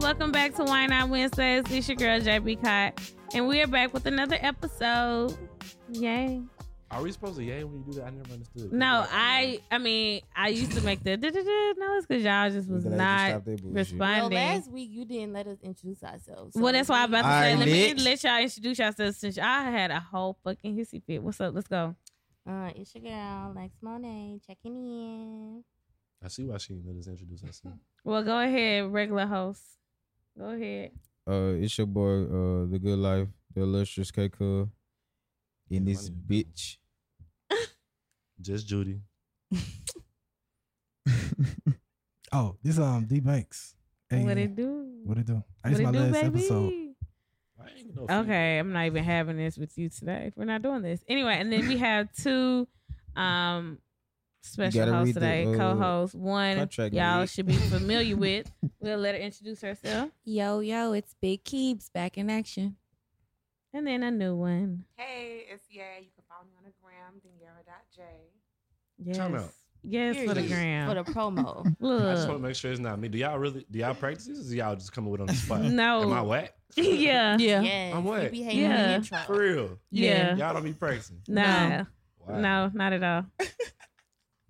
Welcome back to Wine On Wednesdays. It's your girl, JB Cott. And we are back with another episode. Yay. Are we supposed to yay when you do that? I never understood. No, I I mean, I used to make the da-da-da noise because y'all just was not Well, responding. last week you didn't let us introduce ourselves. so- Well, that's why I'm about to All say, right, let me next. let y'all introduce yourselves since y'all had a whole fucking hissy fit. What's up? Let's go. Uh, it's your girl, Lex Monet, checking in. I see why she didn't let us introduce herself. Well, go ahead, regular host. Go ahead. Uh, it's your boy, uh, the good life, the illustrious K Cub, in this bitch. Just Judy. Oh, this um D Banks. Hey, What it do? What it do? What Hey, It's it my do, last baby? episode. I ain't no feeling. Okay, I'm not even having this with you today. We're not doing this anyway. And then we have two um special gotta hosts read the, today, uh, co-hosts. One contract, y'all Nick. should be familiar with. We'll let her introduce herself, Yo, yo, it's Big Keeps back in action. and then a new one. Hey, it's yeah. You can follow me on the gram, Daniera.j. Yes, Time out. yes, for the Period. gram. For the promo. I just want Look, to make sure it's not me. Do y'all really? Do y'all practice this? Or do y'all just coming with it on the spot? No. Am I whack? yeah, Yeah. yes. I'm what? You be hating on Yeah. the intro. For real? yeah, Y'all don't be practicing. no, Wow. no, not at all.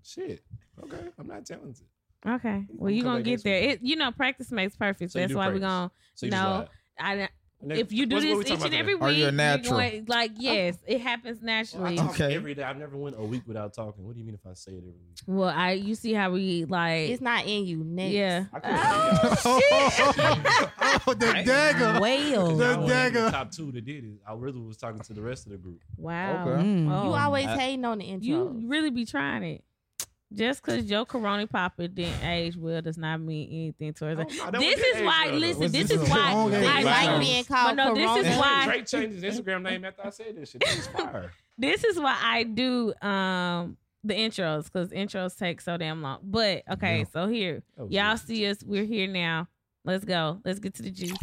Shit. Okay. I'm not talented. Okay, well, you Come gonna back get next there. week. It, you know, practice makes perfect. So you That's do why we're practice. gonna. So you No. just lied. I, Nigga, if you do what's- what we this each talking about and today? every week, Are you a you're natural? going- like Oh. yes, it happens Well, I naturally. talk Okay. every day. I've never went a week without talking. What do you mean if I say it every week? Well, I you see how we like It's not in you. Next. yeah. I Oh, oh, the dagger. Oh, Well, I wasn't in dagger. the top two that did it. I really was talking to the rest of the group. wow. Okay. Mm. Oh, You always I- hating on the intro. you really be trying it. Just because your corona popper didn't age well does not mean anything towards it. Oh, no, This it is ain't why. real, though. Listen, Was this this is a why long game? I I like like Wow. being But called no, this is Corona. why- Drake changed his Instagram name after I said this shit. That was fire. this is why I do um the intros because intros take so damn long. But okay, Yeah. so here Oh, y'all shit. see us. We're here now. Let's go. Let's get to the juice.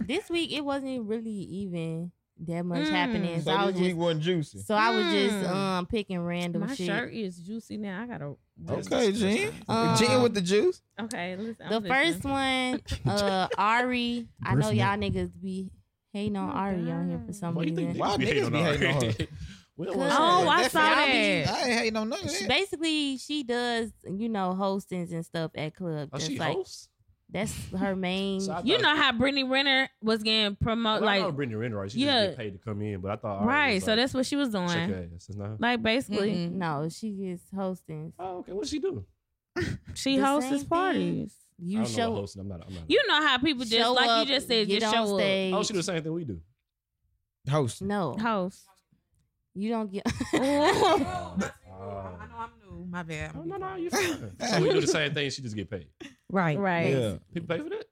This week it wasn't really even that much Mm. happening. So, I was just wasn't juicy. so I was just Mm. um picking random My shit. shirt is juicy now. I gotta. Okay, Uh, Jen. Um, Jen with the juice. Okay, listen. The I'm first listening. one, uh, Ari. I know Brisman. y'all niggas be hating on Oh, Ari on here for some Why you reason. think Why niggas be hating on hating on her? her? We don't Cause- want to Oh, I That's saw y'all that. be- I ain't hating on none of She- that. basically, she does, you know, hostings and stuff at clubs. Oh, That's she like uh, hosts? that's her main. So I You thought- know how Brittany Renner was getting promoted, Well, I know like Brittany Renner, right? She Yeah. just get paid to come in, but I thought. all right? it was so like, that's what she was doing, check her ass. That's not her. like basically, Mm-mm. no, she gets hostings. Oh, okay. What's she do? she The hosts same his parties. I don't You know what show hosting. I'm not. I'm not. You know how people just show like up, you just said, get just on show stage. oh, she do the same thing we do. Host. no, up, host. you don't get. Oh. I know Oh, I'm new. My bad. Oh, no, no, you fine. so we do the same thing. She just get paid. right. Right. Yeah. People pay for that.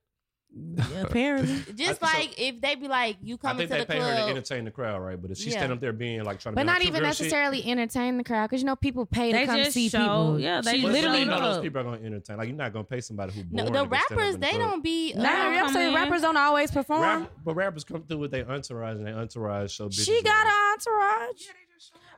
Apparently. Just I- so- like if they be like, you I coming think to they the pay her to club. entertain the crowd, right? But if she Yeah. stand up there being like trying to, But be not like, "Cute even girl shit," necessarily entertain the crowd because you know people pay to They come just see show- people. yeah, they But she just literally. you know up. those people are gonna entertain. Like you're not gonna pay somebody who born No, the to stand up rappers in the they club. don't be. Nah, Nah, uh, come I'm saying in. rappers don't always perform. Rap, but rappers come through with their entourage and their entourage show. she bitches got around. an entourage.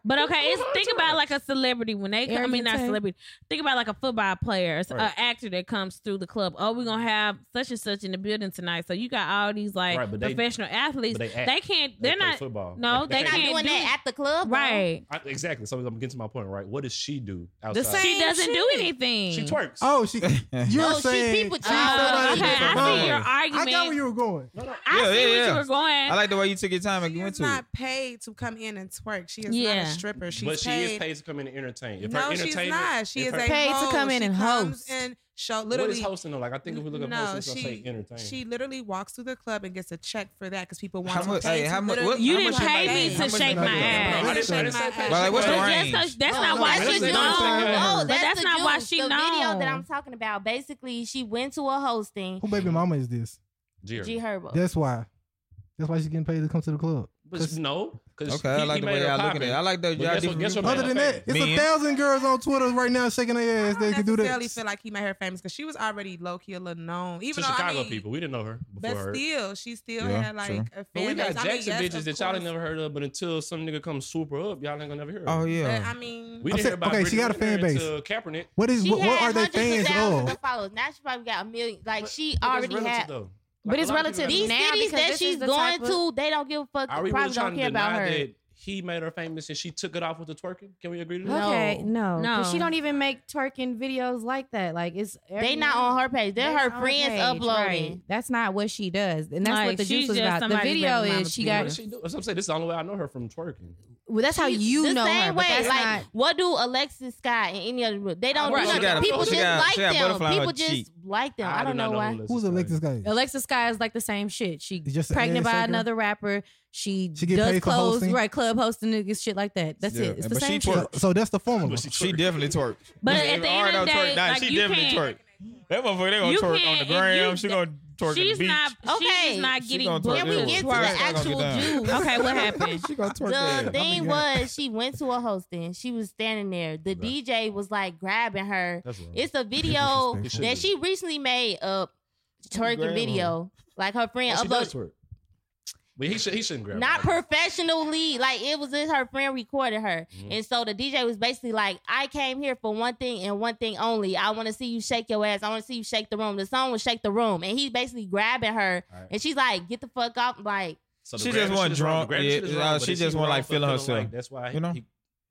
But okay, it's think about like a celebrity when they come. I mean, Arrogant not type. celebrity. Think about like a football player, or an Right. actor that comes through the club. Oh, we're gonna have such and such in the building tonight. So you got all these like Right, but they- professional athletes. but They, they act. can't. They They're play not football. no, they They can't not can't doing do- that at the club, though. right. I, exactly. So I'm getting to my point, right? What does she do outside? The same She doesn't do shit. anything. She twerks. Oh, she you're No, she saying people she's too. Oh, somebody okay, that's I see above. your I argument. got where you were going. I Yeah, see yeah, where you yeah. were going. I like the way you took your time and She went is to it. not paid to come in and twerk. She is not Yeah. a stripper. She's but she paid. is paid to come in and entertain. If no, her she's entertainment, not. She if is her- a Paid to host. come in She and comes host. And show What literally. is hosting though? Like I think if we look up no, hosting, it's gonna say entertain. she literally walks through the club and gets a check for that because people want How to much- pay hey, to how much- literally what- You how didn't much pay is- me how to much is shake another my girl? ass. I didn't say Shake that. my ass. But like, what's the But range? that's, that's No, not no, why that's she the knows. juice. No, But that's, that's the not why juice. she The video that I'm knows. talking about. Basically, she went to a hosting. Who baby mama is this? Jerry. G Herbo. That's why. That's why she's getting paid to come to the club. But no, 'Cause Okay, I he- like he the made way her y'all pop looking at. it. it. I like that. But guess Y'all what- different- guess what Other man, than I that, it's Man. a thousand girls on Twitter right now shaking their ass. They I can don't do necessarily this. feel like he made her famous because she was already low key a little known. To Even though, I Chicago mean, people, we didn't know her before But her. still, she still Yeah, had like true. a fan But we got base. I mean, Jackson yes, bitches of that y'all course. ain't never heard of, but until some nigga come swoop her up, y'all ain't gonna never hear her. Oh But I yeah. mean, we I'm didn't hear saying- about okay, she Britney got a fan Spears base. until Kaepernick. What is She what, had what are they hundreds of fans thousands of? of followers. Now she probably got a million. Like she But that's already relative, had. though. But Like, a it's lot of relative. people These got- Now, cities because that this she's is the going type of- to, they don't give a fuck. Are we Probably really don't trying to care about her. deny that he made her famous and she took it off with the twerking? Can we agree to that? No. Okay, no, 'cause No. she don't even make twerking videos like that. Like it's They not on her page. They're her friends uploading. That's not what she does, and that's Like, what the she's juice was just about. The somebody's video baby mama is she What being got. did she do? That's what I'm saying. This is the only way I know her from twerking. Well, that's how She's you the know same her. way. But that's like, not, what do Alexis Scott and any other they don't? Right. She do nothing. got a- people she just got- like she got them. butterfly on her People just cheek. like them. I, do don't not know why. who Who's this Alexis is. guy? Alexis Sky is like the same shit. She It's just an pregnant ad by sucker? another rapper. She, She get does paid for clothes, hosting? right? Club hosting niggas, shit like that. That's Yeah, it. It's the but she same twerk. shit. So, so that's the formula. But she She twerked. definitely twerked. But If at the end Ari of don't the twerk, day, nah, like, she you definitely can't- twerked. That motherfucker, they gonna You twerk on can't- the if you- gram. She gonna twerk She's on the beach. not. Okay. She's not She getting gonna twerk booked When we to everywhere. get to Twerk. the Y'all gonna get actual down. juice, Okay, what happened? she gonna twerk that. the thing be was she went to a hosting. She was standing there. The Right. DJ was like grabbing her. That's wrong. It's a video Disrespectful. It should that be. she recently made up Grab twerking her. video. Like her friend Oh, she does uploaded. twerk. But he, should, he shouldn't grab Not her. professionally, like it was just her friend recorded her, Mhm. and so the DJ was basically like, "I came here for one thing and one thing only. I want to see you shake your ass. I want to see you shake the room." The song was "Shake the Room," and he's basically grabbing her, All right. and she's like, "Get the fuck up!" Like So She just wasn't drunk, yeah, uh, she just wasn't, like, feeling herself, that's why. you know? He,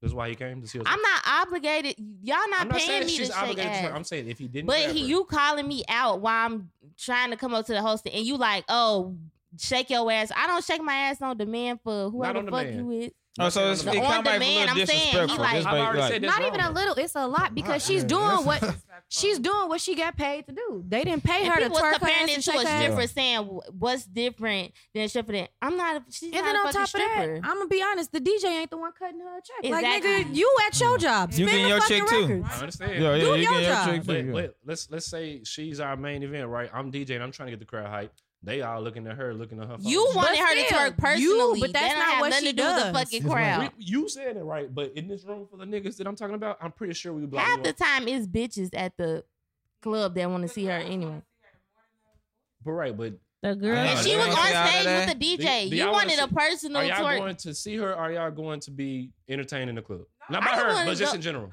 that's why he came to see us. I'm not obligated. Y'all not, I'm not paying saying me to she's shake obligated. ass. to twerk. I'm saying if he didn't. But grab he, her- you calling me out while I'm trying to come up to the hosting, and you like, oh, shake your ass. I don't shake my ass on demand for whoever on the fuck demand. you is. Oh, so it's, it On kind of like a demand, little I'm saying, he disrespectful. like- Just I've like- already like- said that's Not even a wrong. little. It's a lot because she's Yeah, doing that's- what she's doing. What she got paid to do. They didn't pay And her to people was twerk her comparing ass it and to shake a her ass. stripper, saying wh- what's different than a stripper. Then I'm not. A, she's And not then a on fucking top stripper. of that, I'm gonna be honest. The DJ ain't the one cutting her a check. Like Exactly. nigga, you at your job. You Spin getting the your fucking check, too. records. I understand. Yeah, yeah, Do you your getting your job. trick But, too, yeah. but let's let's say she's our main event, right? I'm DJing. I'm trying to get the crowd hype. They all looooking at her, looking at her. You phone. wanted But her to still, twerk personally, you- but that's not what she does. The fucking It's right. crowd. We- you said it right, but in this room full of niggas that I'm talking about, I'm pretty sure we would be like, Half you the know, time is bitches at the club that want to see her anyway. but right, but The girl. Yeah, And Oh, she they was don't say all on of stage that. with the Do y- DJ. do you y'all wanna wanted a see- personal are y'all twerk. going to see her? Or are y'all going to be entertained in the club? Not I by don't her, wanna but just go- in general.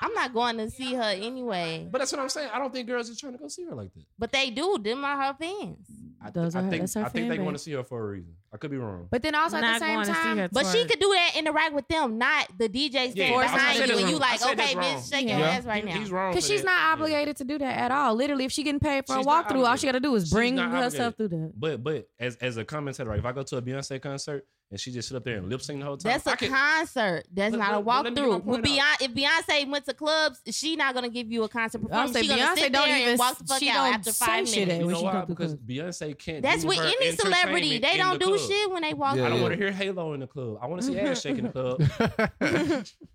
I'm not going to see her anyway. But that's what I'm saying. I don't think girls are trying to go see her like that. But they do. Them are her fans. I, th- Those I are her- think that's her I think they fan want to base. see her for a reason. I could be wrong. But then also at Not the same going to see time, her But she twerk. could do that interact with them, not the DJ Yeah, standing I was behind saying you that's and you wrong. like, I said okay, that's wrong. bitch, shake Yeah. your ass right He- now. He's wrong. Because for she's that. not Yeah. obligated to do that at all. Literally, if she getting paid for She's a not walkthrough, all she obligated. got to do is She's bring not herself through that. But but as as a commentator, like if I go to a Beyonce concert and she just sit up there and lip sync the whole time, That's I a can- concert. That's But- not a but- but let me get my walkthrough. point With Beyonce, if Beyonce went to clubs, she not gonna give you a concert I'll performance. say She gonna Beyonce sit there don't and even. walk the fuck She out don't after say five shit at You minutes. when know she why? come through. Because club. Beyonce can't. That's do with her any celebrity. entertainment They in don't the do club. shit when they walk. Yeah, I don't yeah. want to hear Halo in the club. I want to see ass shaking the club.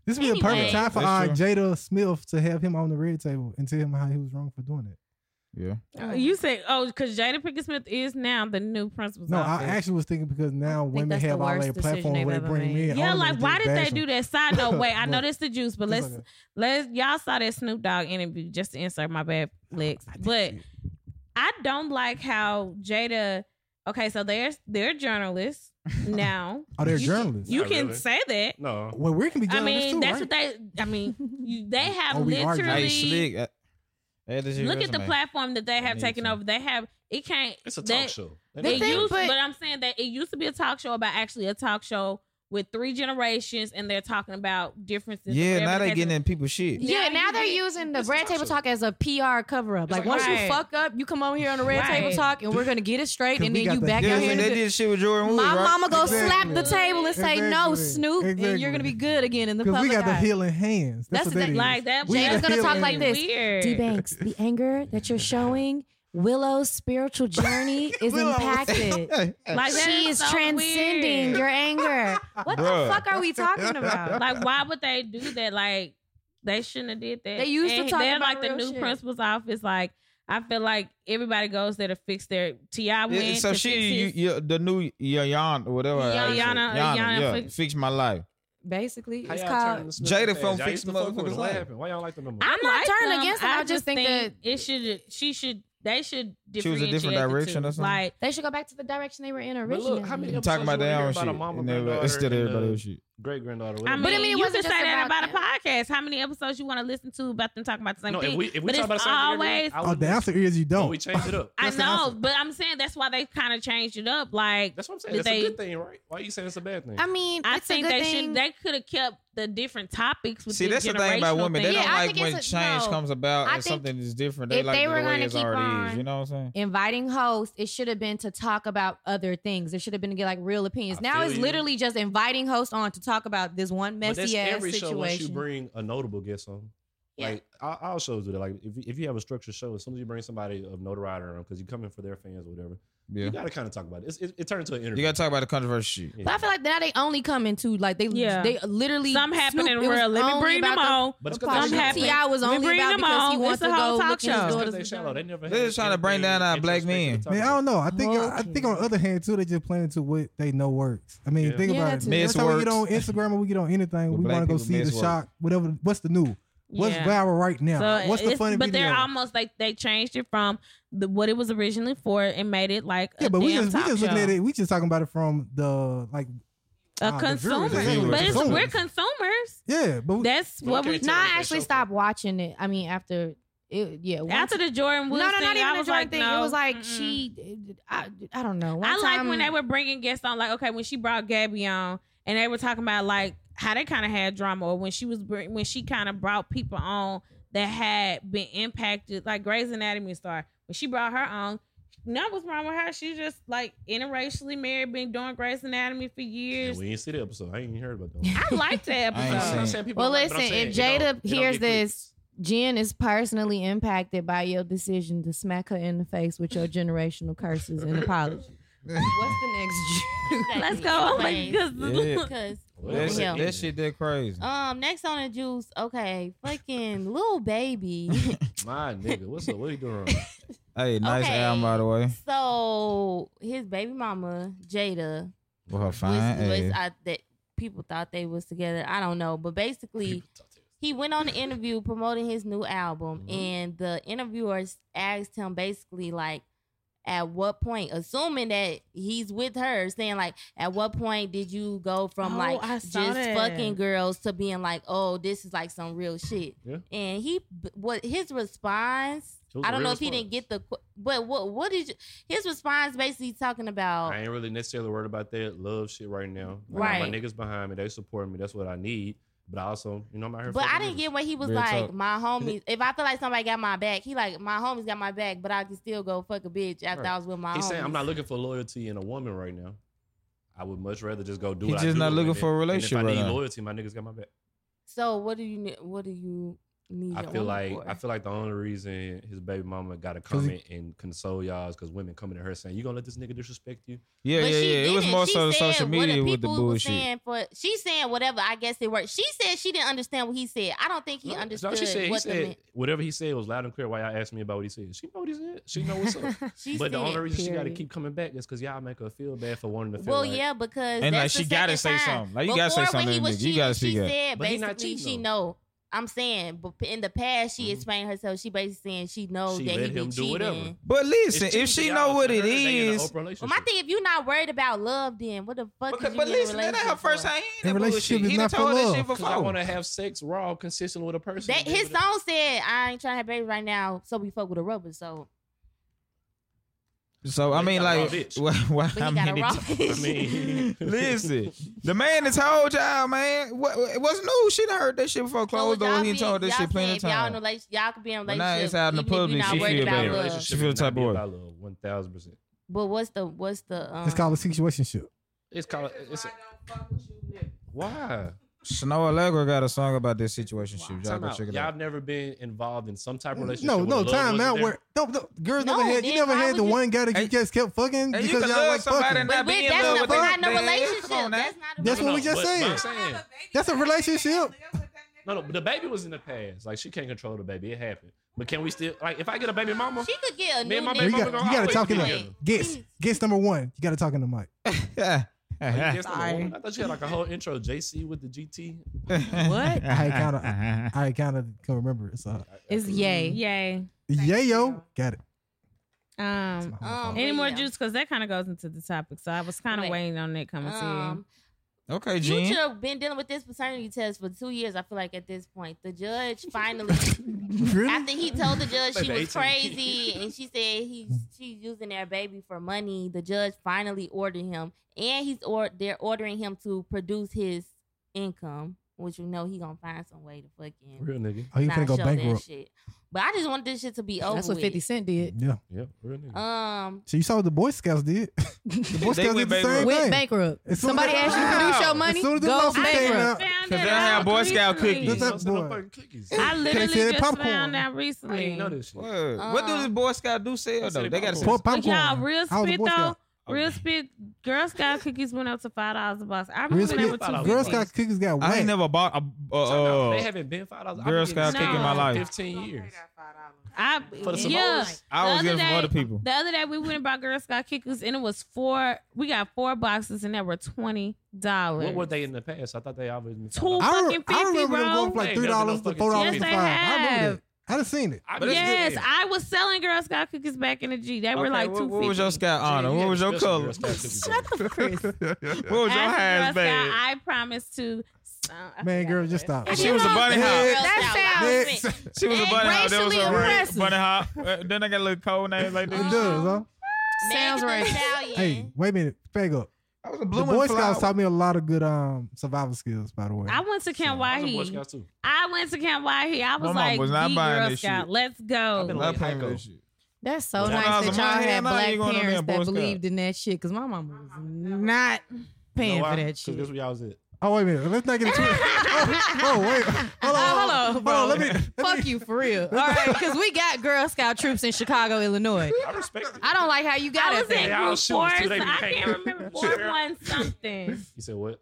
This would be a Anyway. perfect time for uh, That's Jada Smith to have him on the red table and tell him how he was wrong for doing it. Yeah. Uh, You say, oh, because Jada Pinkett Smith is now the new principal's No, I office. actually was thinking because now think women that's the have all worst their decision platforms where they've they ever bring made. men. yeah, on like and why just did bash they them. do that? Side note, wait, I know Look. this the juice, but It's let's like let's y'all saw that Snoop Dogg interview. Just to insert my bad Oh, legs, a- but I don't like how Jada. Okay, so they're they're journalists now. Oh, they're You- journalists. You Not can really. say that. No, well, we can be I journalists mean, too, that's right? what they. I mean, you, they have Or we are literally. Hey, slick. uh, add this to your Look at the resume. platform that they have need taken to. over. They have it can't. it's a talk that- show. They The thing, used, but, but- I'm saying that it used to be a talk show about actually a talk show with three generations, and they're talking about differences. Yeah, whatever now the they case getting is. in people's shit. Yeah, Now now you they're get- using the it's red table toxic. talk as a PR cover up. It's Like like, once right. you fuck up, you come over here on the red table Right. talk, and we're gonna get it straight, Cause and we then got you the- back Yeah, out so here. they and- did shit with Jordan Woods, My right? mama go Exactly. slap the table and say no, Exactly. Snoop, and you're gonna be good again in the Because public we got the eye. healing hands. That's, That's what that the- is. like that. We was Jada's gonna talk like this. Weird. D Banks, the anger that you're showing Willow's spiritual journey is Willow. impacted. Like that she is so transcending weird. your anger. What Bruh. the fuck are we talking about? Like, why would they do that? Like, they shouldn't have did that. They used to And talk They're about like the real new shit. principal's office. Like, I feel like everybody goes there to fix their Ti went. Yeah, so to she, fix you, his- you, the new Yana, whatever. her Yana- name is. Yana- Yana yeah, fix- fix my life. Basically, How it's y'all turning called. the Smith Jada fans? from Y'all Fix used to fuck with Motherfuckers us. What Life. happened? Why y'all like them no more? I I'm not like turning them. against them. I just think that it should. She should. They should Choose a different differentiate the direction two. or something? Like They should go back to the direction they were in But originally. look, how many You episodes talking about you their wanna hear own about a shit. mama, And they- granddaughter, Instead of and, uh, everybody else's shit. Great granddaughter. I mean, it you wasn't can say just that about about a podcast. How many episodes you want to listen to about them talking about the same no, thing? if we if we but talk it's about the same always. thing, every week, I Oh, would the listen. answer is you But don't. we change it up. I That's the know, answer. but I'm saying that's why they kind of changed it up. Like That's what I'm saying. Did That's a they- good thing, right? Why you saying it's a bad thing? I mean, I it's think a good they thing. should. They could have kept the different topics. With See, that's the thing about women. They thing. don't Yeah, I like think when it's a- change no. comes about I and think something is different. They if like they the were way gonna it's keep already is. on- You know what I'm saying? inviting hosts, it should have been to talk about other things. It should have been to get like real opinions. I now feel it's you. literally just inviting hosts on to talk about this one But that's messy ass every show once you situation. bring a notable guest on. Like all, all shows do that. Like if, you- if you have a structured show, as soon as you bring somebody of notoriety around, because you come in for their fans or whatever, Yeah. you got to kind of talk about it. It's, it, it turned into an You interview. gotta talk about the controversial shit. Yeah. but I feel like now they only come into like they Yeah. they literally Some happen Snoop, in it was real. Let me only bring them about on. But it's The, because Some some they happen. shallow. Ti was We only bring about them because he on. wants It's a to go whole talk show. look at It's his 'cause daughter's they shallow. They vagina. never. They're had just trying to anything bring down our black introspective men. to talk Man, I about. don't know. I think I think on the Okay. other hand too, they just playing to what they know works. I mean, Yeah. think Yeah, about that's it. it. Every Miss time we get on works. Instagram or we get on anything, With we black want to go people, see the miss works. shock, whatever. What's the new? What's Yeah. viral right now? So What's the it's- funny But video? they're almost like they changed it from the what it was originally for and made it like yeah, a but we damn just we talk just looking show. at it. We just talking about it from the like. a ah, the consumer. viewers, the viewers, but the it's, we're consumers. consumers. Yeah, but we, That's what we. Okay. No, Tell them I they actually show stopped watching it. I mean, after it, yeah. once- After the Jordan no, Woods no, not thing, even I the was Jordan like, thing. no, it was like mm-mm. she. I, I don't know. One I like when time- they were bringing guests on, like okay, when she brought Gabby on, and they were talking about like how they kind of had drama, or when she was br- when she kind of brought people on that had been impacted, like Grey's Anatomy star. When she brought her on, nothing was wrong with her. She just like interracially married, been doing Grey's Anatomy for Yeah, years. we ain't see the episode. I ain't even heard about that. I liked that I ain't I'm episode. not seen saying people Well, don't like it, but I'm listen, saying it don't- if Jada it don't hears get clicks. Jen is personally impacted by your decision to smack her in the face with your generational curses and apology. What's the next? Let's go. Oh my Please. goodness. Because Well, That it's shit, like- that shit, that crazy. um, next on the juice, okay, fucking little baby. My nigga, what's up? What are you doing? wrong? Hey, nice okay. album by the way. so his baby mama Jada With her fine was, was uh, ass. I, that people thought they was together. I don't know, but basically he went on an interview promoting his new album, Mhm. and the interviewers asked him basically like, at what point, assuming that he's with her, saying like, at what point did you go from Oh, like I just saw that. fucking girls to being like, oh, this is like some real shit? Yeah. And he, what his response. It was I a don't real know if he didn't response. get the, qu- but what what did you, his response basically talking about? I ain't really necessarily worried about that love shit right now. Like, Oh. Right. My niggas behind me, they support me. That's what I need. But I also, you know, I'm out here. But fucking I didn't niggas. get what he was Real like. talk. My homies. If I feel like somebody got my back, he like my homies got my back. But I can still go fuck a bitch after Right. I was with my. He's homies. saying I'm not looking for loyalty in a woman right now. I would much rather just go do. He what I just do not and looking if- for a and relationship If I right need now. loyalty, my niggas got my back. So what do you? ne- What do you need? I your feel woman like for? I feel like the only reason his baby mama got to 'Cause he- comment and console y'all is because women coming to her saying, "You gonna let this nigga disrespect you?" yeah, yeah, But yeah. she It was didn't. more She so the said social what the media with the people was bullshit. saying For she saying whatever, I guess it worked. She said she didn't understand what he said. I don't think he No, that's understood not what she said. He what the said man- whatever he said was loud and clear. Why y'all asked me about what he said? She know what he said. She know what's up. she but the said, only reason she got to period. keep coming back is because y'all make her feel bad for wanting to feel. Well, like, yeah, And, because like, that's the she gotta second say time. something. Like, you gotta say Before, something when to he that was nigga. You cheating, gotta she speak up. said But he not basically she cheating, know. I'm saying, but in the past, she Mhm. explained herself. She basically saying she knows She that let he him be do cheating. whatever. But It's listen, cheating if she to know y'all. what To it her, they in an is, open Well, my relationship. thing, if you're not worried about love, then what the fuck? Because, is but you in a listen, that ain't her relationship first for? time. He And ain't that relationship bullshit. is He done not for told her that love. shit 'Cause I want before. to have sex raw, consistent with a person. That his song said, "I ain't trying to have baby right now, so we fuck with a rubber." So, So I But he mean, got a raw like, bitch. why, why, but he how got many a raw times- I mean, Listen, the man that told y'all, man, what what's new? She done heard that shit before closed y'all doors. He being- told this y'all shit plenty saying of if Y'all, in times. a relationship, y'all could be in a But relationship. now it's out in the even if you're public, not she worried feel about bad. love. Relationship She feel is the not type of be way. about love, One thousand percent. But what's the what's the? Um, it's called a situationship. It's called. It's a, Why I don't fuck with you, nigga. why? Snow Allegra got a song about this situation. Y'all Time go out. check it Y'all out. have never been involved in some type of relationship. No, where no, love wasn't time out. there? Where no, no girls No, never had. You then never why had would the you- one guy that you Hey, just kept fucking And you because can y'all love like somebody fucking. and not but be we, in that's, love not, with we're them. not in a Man, relationship. come on now. That's not a That's No, what no, we relationship. just but- said. but I'm I have saying. a baby That's a by that nigga. relationship. That's what that nigga No, no, was but the baby doing. was in the past. Like she can't control the baby. It happened. But can we still like if I get a baby mama? She could get Me a new and my nigga. You, baby mama got, gonna you gotta always talk in be the together. guess. Guess number one. You gotta talk in the mic. Are you against the Sorry. woman? I thought you had like a whole intro JC with the GT. What? I kinda- I kind of can remember it. So It's yay. Yay. yeah, yo, you. got it. It's Um. my homophobe. Any more Yeah. juice? Because that kind of goes into the topic. So I was kind of Wait. waiting on that coming Um, okay, you should Jen. have been dealing with this paternity test for two years. I feel like at this point, the judge finally, really? after he told the judge she Baby, was 18. crazy and she said he's she's using their baby for money, the judge finally ordered him, and he's or they're ordering him to produce his income, which we know he gonna find some way to fucking Real nigga. Oh, you not finna go show that bankrupt? shit. But I just want this shit to be over. That's what with. 50 Cent did. Yeah. Yeah, real nigga. Um, So you saw what the Boy Scouts did. The Boy They Scouts did went the same bankrupt. thing. Went bankrupt. As soon as Somebody they- asked you to produce your money, As soon as the go motherfucker came bankrupt. out, soon. Cause they have Boy Scout That's cookies. that Don't sell no boy. fucking cookies. I I literally see that just popcorn. found out recently. didn't know this shit. What? what do Uh, Uh-uh. the Boy Scout do They sell though? said They got popcorn. to Pour But popcorn. y'all, real I was a spit Boy though. Scout. Real spit. Girl Scout cookies went up to five dollars a box. I remember Real they were Scout, $2.50. Girl two Scout fifty. cookies got I ain't whacked. never bought a. Uh, Time out, they uh, haven't been five dollars. Girl Scout kick in my life. life. Fifteen years. I For the yeah. Samoas? I was The other getting from day- other people. The other day we went and bought Girl Scout cookies and it was four. We got four boxes and they were twenty dollars. What were they in the past? I thought they always been Two $5. I, fucking re- I 50, remember them bro. going for like They ain't three never dollars no to four dollars fucking to Yes, five. they I remember have. that. I done seen it. I But just it's Yes, did that. I was selling Girl Scout cookies back in the G. They were Okay, like what, two what was your fifty. Scout honor? Gee, What you was your special color? Girl Scout cookies, bro. What was your highest bag? I promised to. uh, I Man, forgot girl, the just rest. stop. She was a bunny Next. hop. That Next. sounds- She was a bunny hop. There was Racially a oppressive. bunny hop. Uh, Then I got a little code name like It this. does, huh? Sounds Megan Thee right. Stallion. Hey, wait a minute. Fag up. I was a The Boy Scouts taught me a lot of good um survival skills, by the way. I went to Camp I was a Boy Wahi. Scout too. I went to Camp Wahi. I was mama like, was not the buying Girl that Scout. shit. Let's I've been go. like- Love paying for this shit. That's so When I was nice in that my y'all hand, had now you black going in there, parents Boy that Scout. believed in that shit because my mama was not You paying know why? for that 'Cause guess shit. what y'all was at? oh, wait a minute. Let's not get it twisted. oh, oh, wait. Hold on. Uh, hold on, Hold on. Let me. Let me Fuck you for real. All right, because we got Girl Scout troops in Chicago, Illinois. I respect it. I don't like how you got I it. was in They all group shooters, four. too. They so be I paying. can't remember four one something. You said what?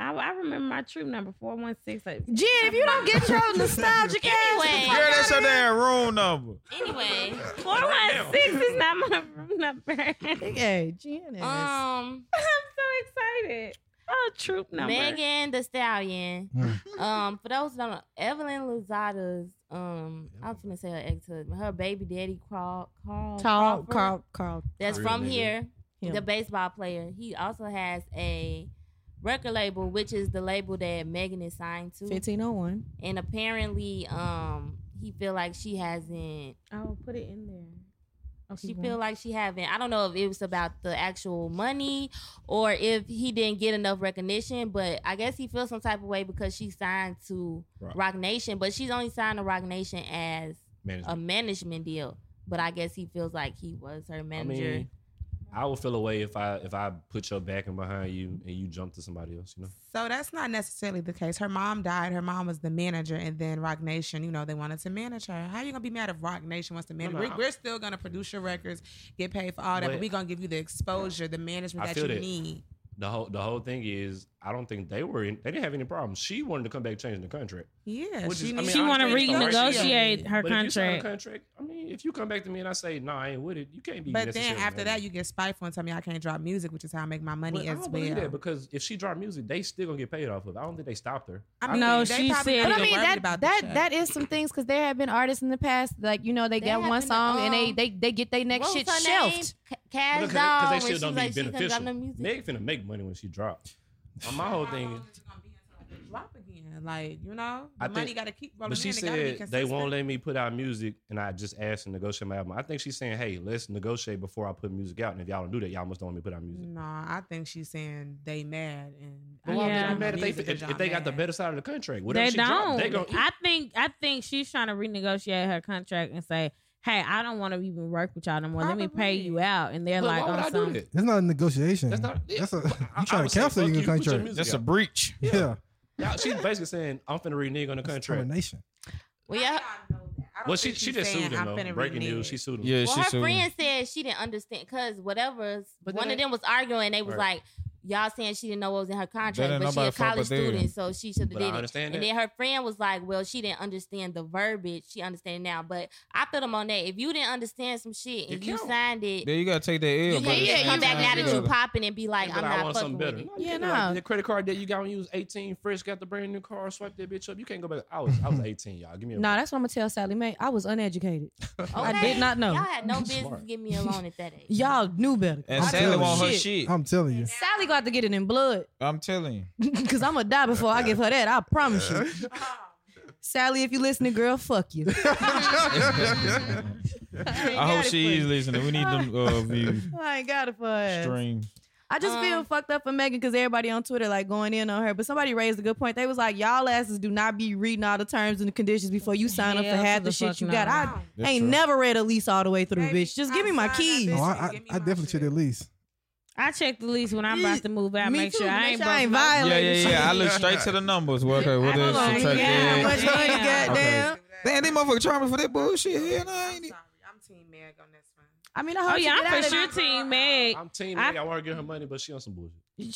I, I remember my troop number four one six. Like, Jen, if you don't get your nostalgic Anyway. anyway, Girl, that's your damn room number. Anyway, four one six is not my room number. I'm hey, Jen is. um, so excited. Oh, troop number. Megan the Stallion. Hmm. Mm. um, for those that don't know, Evelyn Lozada's um, I was gonna say her ex husband, her baby daddy Carl Carl Carl, Crawford, Carl, Carl. that's Real from nigga. here, Him. the baseball player. He also has a record label, which is the label that Megan is signed to, 1501. and apparently, um, he feel like she hasn't Oh, put it in there. Oh, Mm-hmm. She keep feel going. like she haven't. I don't know if it was about the actual money or if he didn't get enough recognition, but I guess he feels some type of way because she signed to Right. Rock Nation, but she's only signed to Rock Nation as a Management. management deal. But I guess he feels like he was her I manager. mean, I would feel away if I if I put your back and behind you and you jump to somebody else. You know. So that's not necessarily the case. Her mom died. Her mom was the manager, and then Rock Nation, you know, they wanted to manage her. How you gonna be mad if Rock Nation wants to manage? no, we're, I- we're still gonna produce your records, get paid for all that, but, But- we're gonna give you the exposure, the management I that feel you that. need. The whole the whole thing is I don't think they were in, they didn't have any problems. She wanted to come back changing the contract. Yeah, Which is- I mean, she want to understand the story. renegotiate her but if you sign a contract. contract, I mean, if you come back to me and I say no, I ain't with it, you can't be. But then necessarily after that, mad. you get spiteful and tell me I can't drop music, which is how I make my money But I as don't believe well. that because if she dropped music, they still gonna get paid off of. it. I don't think they stopped her. I No, they she probably said- But not I even mean worried that about the that check. that is some things because there have been artists in the past like you know they They got have one been, song and they um, they they get their next What shit was her name? shelved. Ca- Cash Because Doll. they and still she's don't like, need she couldn't drop beneficial. no music. Meg finna make money when she drop. Uh, My whole thing is, drop again. Like you know, the I money think- got to keep rolling. but she in. It gotta be said they won't consistent. let me put out music, and I just asked to negotiate my album. I think she's saying, hey, let's negotiate before I put music out, and if y'all don't do that, y'all must don't want me to put out music. No, I think she's saying they mad and But why would Yeah. I'm mad if they, if, if they got the better side of the contract. Whatever they she don't. Dropped, they gonna eat. I think I think she's trying to renegotiate her contract and say, "Hey, I don't want to even work with y'all no more. Let me pay Probably. you out." And they're But like, why would "On I do some." that? That's not a negotiation. That's not. That's a, I- you I trying would to say, cancel fuck your you, put contract. music That's out. a breach. yeah. Y'all- she's basically saying I'm finna renege on the That's contract. termination. Well, yeah, Well, she she just sued him though. Breaking news, she sued him. Yeah, Well, she her sued. friend said she didn't understand because whatever But one then of them was arguing, they was Right. like, y'all saying she didn't know what was in her contract, ain't but she a nobody's fault college but theirs. student, so she should have But I did it. understand And that. then her friend was like, "Well, she didn't understand the verbiage. She understand now." But I put them on that. If you didn't understand some shit and It you count. signed it, Then you gotta take that L. you but can't at the just same come back time, now that you gotta- popping and be like, Yeah, "I'm but not fucking with it." No, Yeah, you can't. no. the credit card that you got when you was 18, fresh, got the brand new car, swipe that bitch up. You can't go back. I was I was 18, y'all. Give me a No, that's what I'm gonna tell Sally Mae. I was uneducated. I Okay? did not know. Y'all had no You business smart. giving me a loan at that age. Y'all knew better. And I'm Sally telling want her you. shit. I'm telling you. Sally got to get it in blood I'm telling you. because I'm gonna die before I give her that. I promise you. Sally, if you listening, girl, fuck you. I hope she is listening. We need them uh, views. I ain't got it for her. Stream. I just feel Um, fucked up for Megan because everybody on Twitter like going in on her. But somebody raised a good point. They was like, y'all asses do not be reading all the terms and the conditions before you sign up Hell for half to the, the fuck shit you no. got. I Wow. That's ain't true. never read a lease all the way through, Baby, bitch. Just give me my outside keys. that No, bitch. I, Listen, I, give me I my definitely shit. should at least. I check the lease when I'm about to move out. Me make too. sure I Make ain't sure I ain't broke no- violating Yeah, yeah, yeah. I shit. look straight to the numbers. Well, okay, what Oh is my God, subtract what- that? How much money you Damn. got, damn? Damn, they motherfucker charging me for that bullshit. Hell, no, I I'm ain't e- sorry. it. I'm team Meg on this one. I mean, I hope Oh she yeah, get out I'm of for it. sure team Meg. I'm team. I- Meg. I, want to get her money, but she on some bullshit.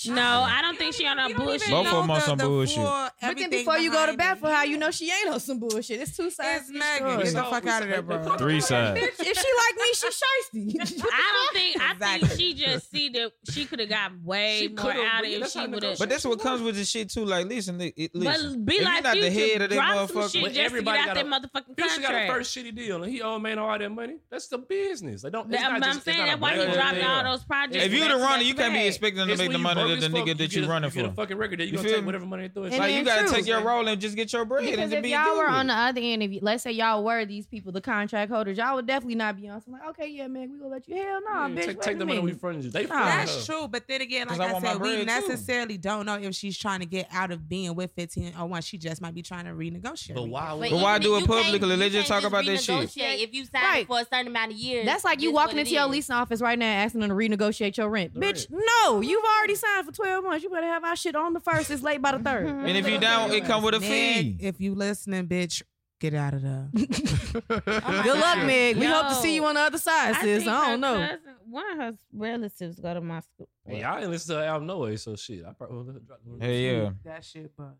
No, I don't think she on a bullshit. Both of know them on the- some the bullshit. full But then everything before you go to behind bat it. for her, you know she ain't on some bullshit. It's two sides. It's to the Megan. story. Get the No, fuck we- out of there, bro. Three sides. Bitch, if she like me, she shiesty. I don't think. I think Exactly. she just see that she could have got way She more coulda, out of but it. that's She how would have. negotiation But that's what comes with this shit too. Like, listen, li- it, listen. But be If you like not the future, head of that drop some motherfucker- shit But just to everybody get out got that a- motherfucking Future got a contract. first shitty deal, and he owe man all that money. That's the business. They don't. It's That- not I'm just, it's saying not that's why black he and dropped white. all those projects. if you the back to runner, back you to can't be back. expecting them to It's make when the you money broke that the as nigga fuck, that you you get a- running You get a for. fucking record that You you gonna feel take me? whatever money they throw at you. And Like, you then gotta choose. take your role and just get your bread and Because just if be y'all were good. on the other end, if you, let's say y'all were these people, the contract holders, y'all would definitely not be on. So I'm like, okay, yeah, man, we gonna let you. Hell no, Yeah, bitch. take, take the money we fronted you. They Nah. fronted That's her. true, but then again, 'Cause like I I, want my said, we bread, too. necessarily don't know if she's trying to get out of being with 1501. She just might be trying to renegotiate. But why? But would- But why even do if it you can't- publicly? you Let's just can't talk about that shit. renegotiate If you sign Right. for a certain amount of years, That's like you this walking what it into your is. leasing office right now asking them to renegotiate your rent. The Bitch, rent. no, you've already signed for 12 months. You better have our shit on the first. It's late by the third. And if you down, it come with a fee. If you listening, bitch, get out of there. Oh my Good luck, God. Meg. We hope to Yo. see you on the other side, sis. think I her don't know. cousin- one of her relatives go to my school. Hey, y'all didn't listen to Al Noah, so shit. I probably would've dropped one of those. Hey, yeah. That shit, but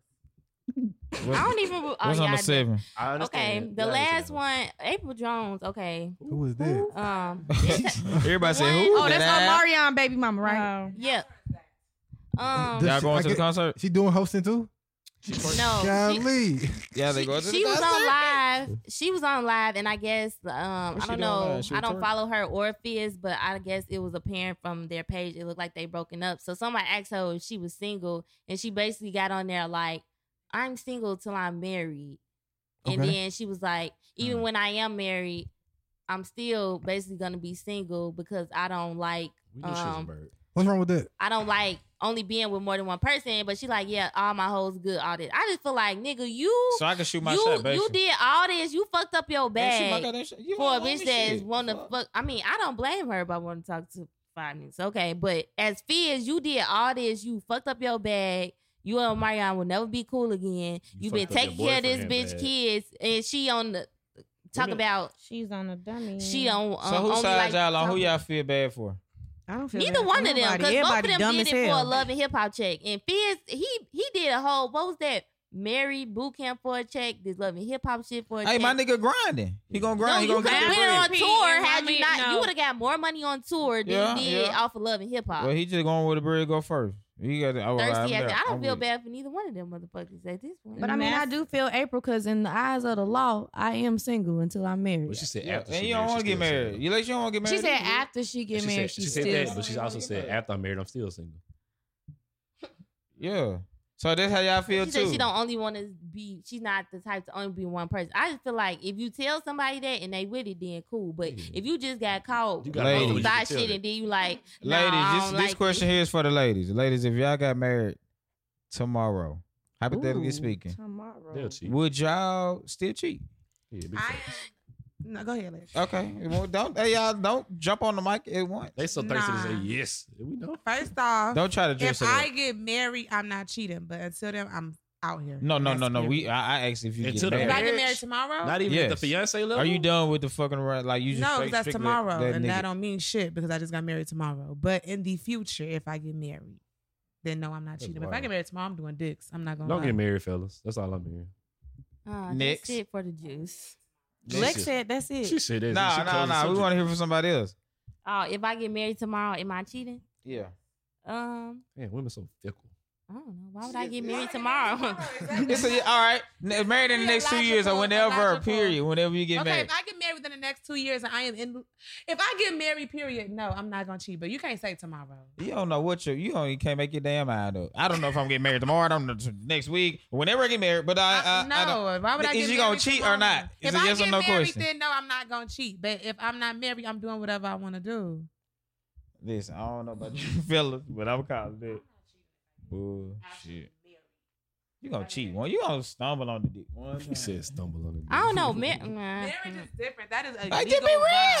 I What's, don't even. Oh, what's yeah, number I did. seven? I Okay, understand. the Yeah, I last understand. one, April Jones. Okay, Who was that? um, Everybody say who? Oh, that's That our Marion baby mama, right? Wow. yeah, um, The- Y'all going to the I get- concert? She doing hosting too? no, she, Golly. Yeah, they she- go to the she was concert. on live. She was on live, and I guess um, I she don't doing know. live? She I don't retarded? follow her Orpheus, but I guess it was apparent from their page. It looked like they broken up. So somebody asked her if she was single, and she basically got on there like, "I'm single till I'm married," and Okay. then she was like, "Even when I am married." I'm still basically gonna be single because I don't like We knew she was a Um, bird. What's wrong with that? I don't like only being with more than one person, but she like, yeah, all my hoes good, all this. I just feel like, nigga, you So I can shoot my you shot, basically. you did all this, you fucked up your Yeah, shoot my bag goddamn shot. You for a don't owe me bitch that shit. is wanna Fuck. fuck. I mean, I don't blame her about wanting to talk to five minutes, okay? But as fears, you did all this, you fucked up your bag. You and Marianne will never be cool again. You You have been fucked up taking your care of this boyfriend bitch bag. kids, and she on the talk Women- about She's on a dummy. she on. Um, So who only side like y'all on? Who talking- y'all feel bad for? I don't feel Neither bad for one of them, nobody. because both of Everybody them dumb did as it for a hell. love and hip hop check. And Fizz, he he did a whole what was that? Mary boot camp for a check, this love and hip hop shit for a Hey, check. my nigga grinding. He gonna no, grind. you he could gonna have get went the on bread. bread. tour Pete had and you not. Romeo, You no. would have got more money on tour than Yeah, you did yeah. off of love and hip hop. Well, he just going with the bread go first. He got the, oh, well, I'm Thirsty, ass. there. I I'm don't feel with it. bad for neither one of them motherfuckers at this point. But I mean, I Massive. do feel April because in the eyes of the law, I am single until I'm But married. she said Yeah, after. and she you don't married, want she to get still married. single. You let you don't want to get She married. said you- after she get She married, said- she she said still. that, but she also said after I'm married, I'm still single. Yeah. So that's how y'all feel she too. said she don't only want to be. She's not the type to only be one person. I just feel like if you tell somebody that and they with it, then cool. But Mm. Yeah. if you just got caught, You you got Ladies. got caught, you can shit, tell and then you like, nah, Ladies, I this, don't this like question here is for the ladies. Ladies, if y'all got married tomorrow, hypothetically Ooh, speaking, Tomorrow. they'll cheat. would y'all still cheat? Yeah, big I time. am. No, go ahead, Liz. Okay. Well, don't hey, y'all don't jump on the mic at once. They so thirsty to say Nah. yes. We know. First off, Don't try to dress it if I up. get married, I'm not cheating. But until then, I'm out here. No, no, That's no, no. period. We I, I asked if you Until get the If I married. get married Marriage. tomorrow, Not even Yes. at the fiance level. Are you done with the fucking run? Like you just no, straight- because that's strictly tomorrow, that and nigga. that don't mean shit because I just got married tomorrow. But in the future, if I get married, then no, I'm not That's cheating. But If I wild. get married tomorrow, I'm doing dicks. I'm not gonna. Don't lie. get married, fellas. That's all I'm hearing. Ah, Next. That's it for the juice. Lex Jesus. said that's it. She said that. Nah, nah, nah. We want to hear from somebody else. Oh, if I get married tomorrow, am I cheating? Yeah. Um, Man, women so fickle. I don't know. Why would I get married tomorrow? It's a, all right. N- Married in the next two years or whenever. Illogical. Period. Whenever you get okay, married. if I get married within the next two years and I am in, if I get married, period, no, I'm not gonna cheat. But you can't say tomorrow. You don't know what you you only can't make your damn mind up. I don't know if I'm getting married tomorrow. I don't know t- next week. Whenever I get married, but Uh, I, I, I, I no, don't- why would I? Is get you gonna married cheat or tomorrow? not? It's If a I yes or get no married, question. then no, I'm not gonna cheat. But if I'm not married, I'm doing whatever I want to do. listen. I don't know about you fellas, but I'm calling it. Bullshit. You gonna cheat one? You gonna stumble on the dick one? She said stumble on it. I don't know. Mar- nah. different. That is a Like, just be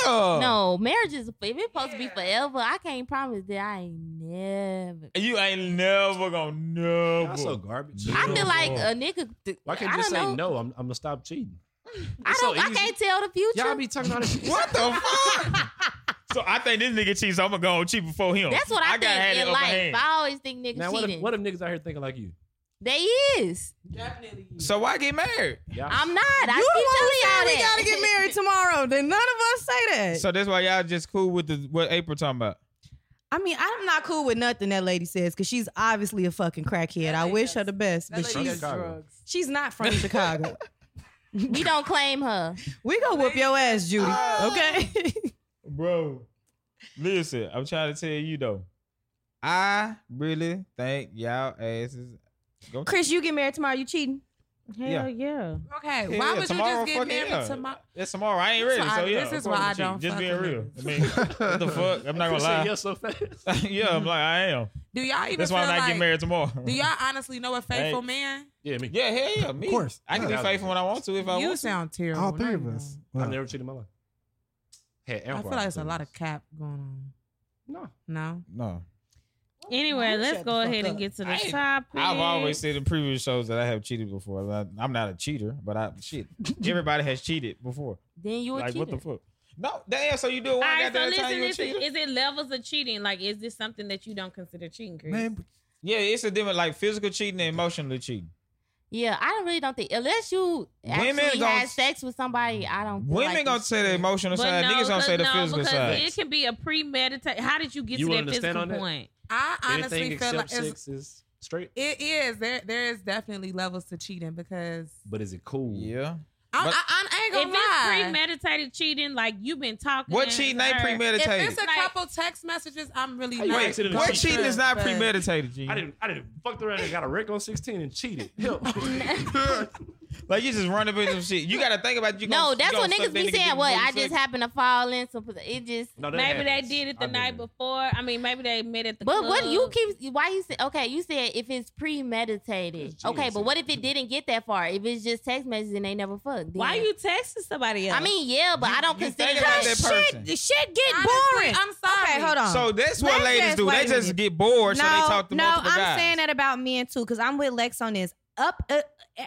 real. No, marriage is if it's supposed to be forever. I can't promise that I ain't never. You ain't never gonna never. That's so garbage. I I feel No. like a nigga. th- Why can't I you just don't say know. no? I'm, I'm gonna stop cheating. I It's so don't. I easy. can't tell the future. Y'all be talking about this shit. What the fuck? so I think this nigga cheats. I'm gonna go cheat before him. That's what I, got had it think in upper life. hand. I always think niggas Now, what cheating. if, what if niggas out here thinking like you? they is. Definitely. So why get married? Y'all, I'm not. I You keep the one telling who y'all said that. we gotta get married tomorrow. Then none of us say Eh. that. So that's why y'all just cool with the what April talking about. I mean, I'm not cool with nothing that lady says because she's obviously a fucking crackhead. That I lady wish does- her the best, but lady does- she's Chicago. she's not from Chicago. we don't claim her. We gonna whoop your ass, Judy. Okay. Bro, listen, I'm trying to tell you though. I really think y'all asses go Chris, you get married tomorrow. You cheating? Yeah. Hell yeah. Okay, Yeah, why yeah, would you tomorrow just get fucking, married yeah. tomorrow? It's tomorrow. I ain't That's ready. why- so yeah, this of is course I'm why I cheating. don't Just being fuck with real. I niggas. mean, what the fuck? I'm not You gonna said lie. Yes, so fast. yeah, I'm like I am. Do y'all even That's why feel I'm not like, getting married tomorrow. Do y'all honestly know a faithful Hey. man? yeah, me. Yeah, hell yeah, me. Of course. I can be Yeah. faithful when I want to if I You want sound terrible. All three No, of you us. don't. Well, I've never cheated in my life. Had I ample feel like there's a lot of opportunities. cap going on. No. No, to. No. Anyway, Shut let's the go fuck ahead and up. get to the I- topic. I've always said in previous shows that I have cheated before. I, I'm not a cheater, but I shit. Everybody has cheated before. Then you a like cheater. what the fuck? No, damn. So you do it All one right, so goddamn time listen, you a listen. cheater? Is it levels of cheating? Like, is this something that you don't consider cheating, Chris? man, but Yeah, it's a different like physical cheating and emotional cheating. Yeah, I really don't think unless you Women actually gonna- had sex with somebody. I don't. feel Women like gonna it's say the cheating. emotional But side, no, niggas gonna say the because- no, physical because side. It can be a premeditated. How did you get You to that understand physical on that? point? I honestly Anything feel except like it's- sex is straight. it is there. There is definitely levels to cheating because But is it cool? Yeah. I, But- I, I, ain't If gonna it's lie. premeditated cheating, like you've been talking. What to cheating ain't her- if premeditated? it's a Like- couple text messages, I'm really How you not. ain't sitting in gonna what cheating. cheating is not but- uh, premeditated, G. I didn't. I didn't fucked around and got a wreck on 16 and cheated. Hell. Like you just run up into some shit. You gotta think about you. gonna- No, you that's gonna what suck niggas that be nigga dick saying. What before you I just suck- happened to fall in some. It just. no, that Maybe they happens. did it the I've been night there. before. I mean, maybe they met at the. But what do you club. keep? Why you say? Okay, you said if it's premeditated. It's Okay, genius. but what if it didn't get that far? If it's just text messages and they never fucked. then- Why you texting somebody else? I mean, yeah, but I don't you consider think about that. that person. Shit, the shit get Honestly, boring. I'm sorry. Okay, hold on. So that's what Let's ladies just do. wait They a just minute. get bored, so they talk to no, multiple I'm guys. saying that about men too, because I'm with Lex on this. Up, uh, uh,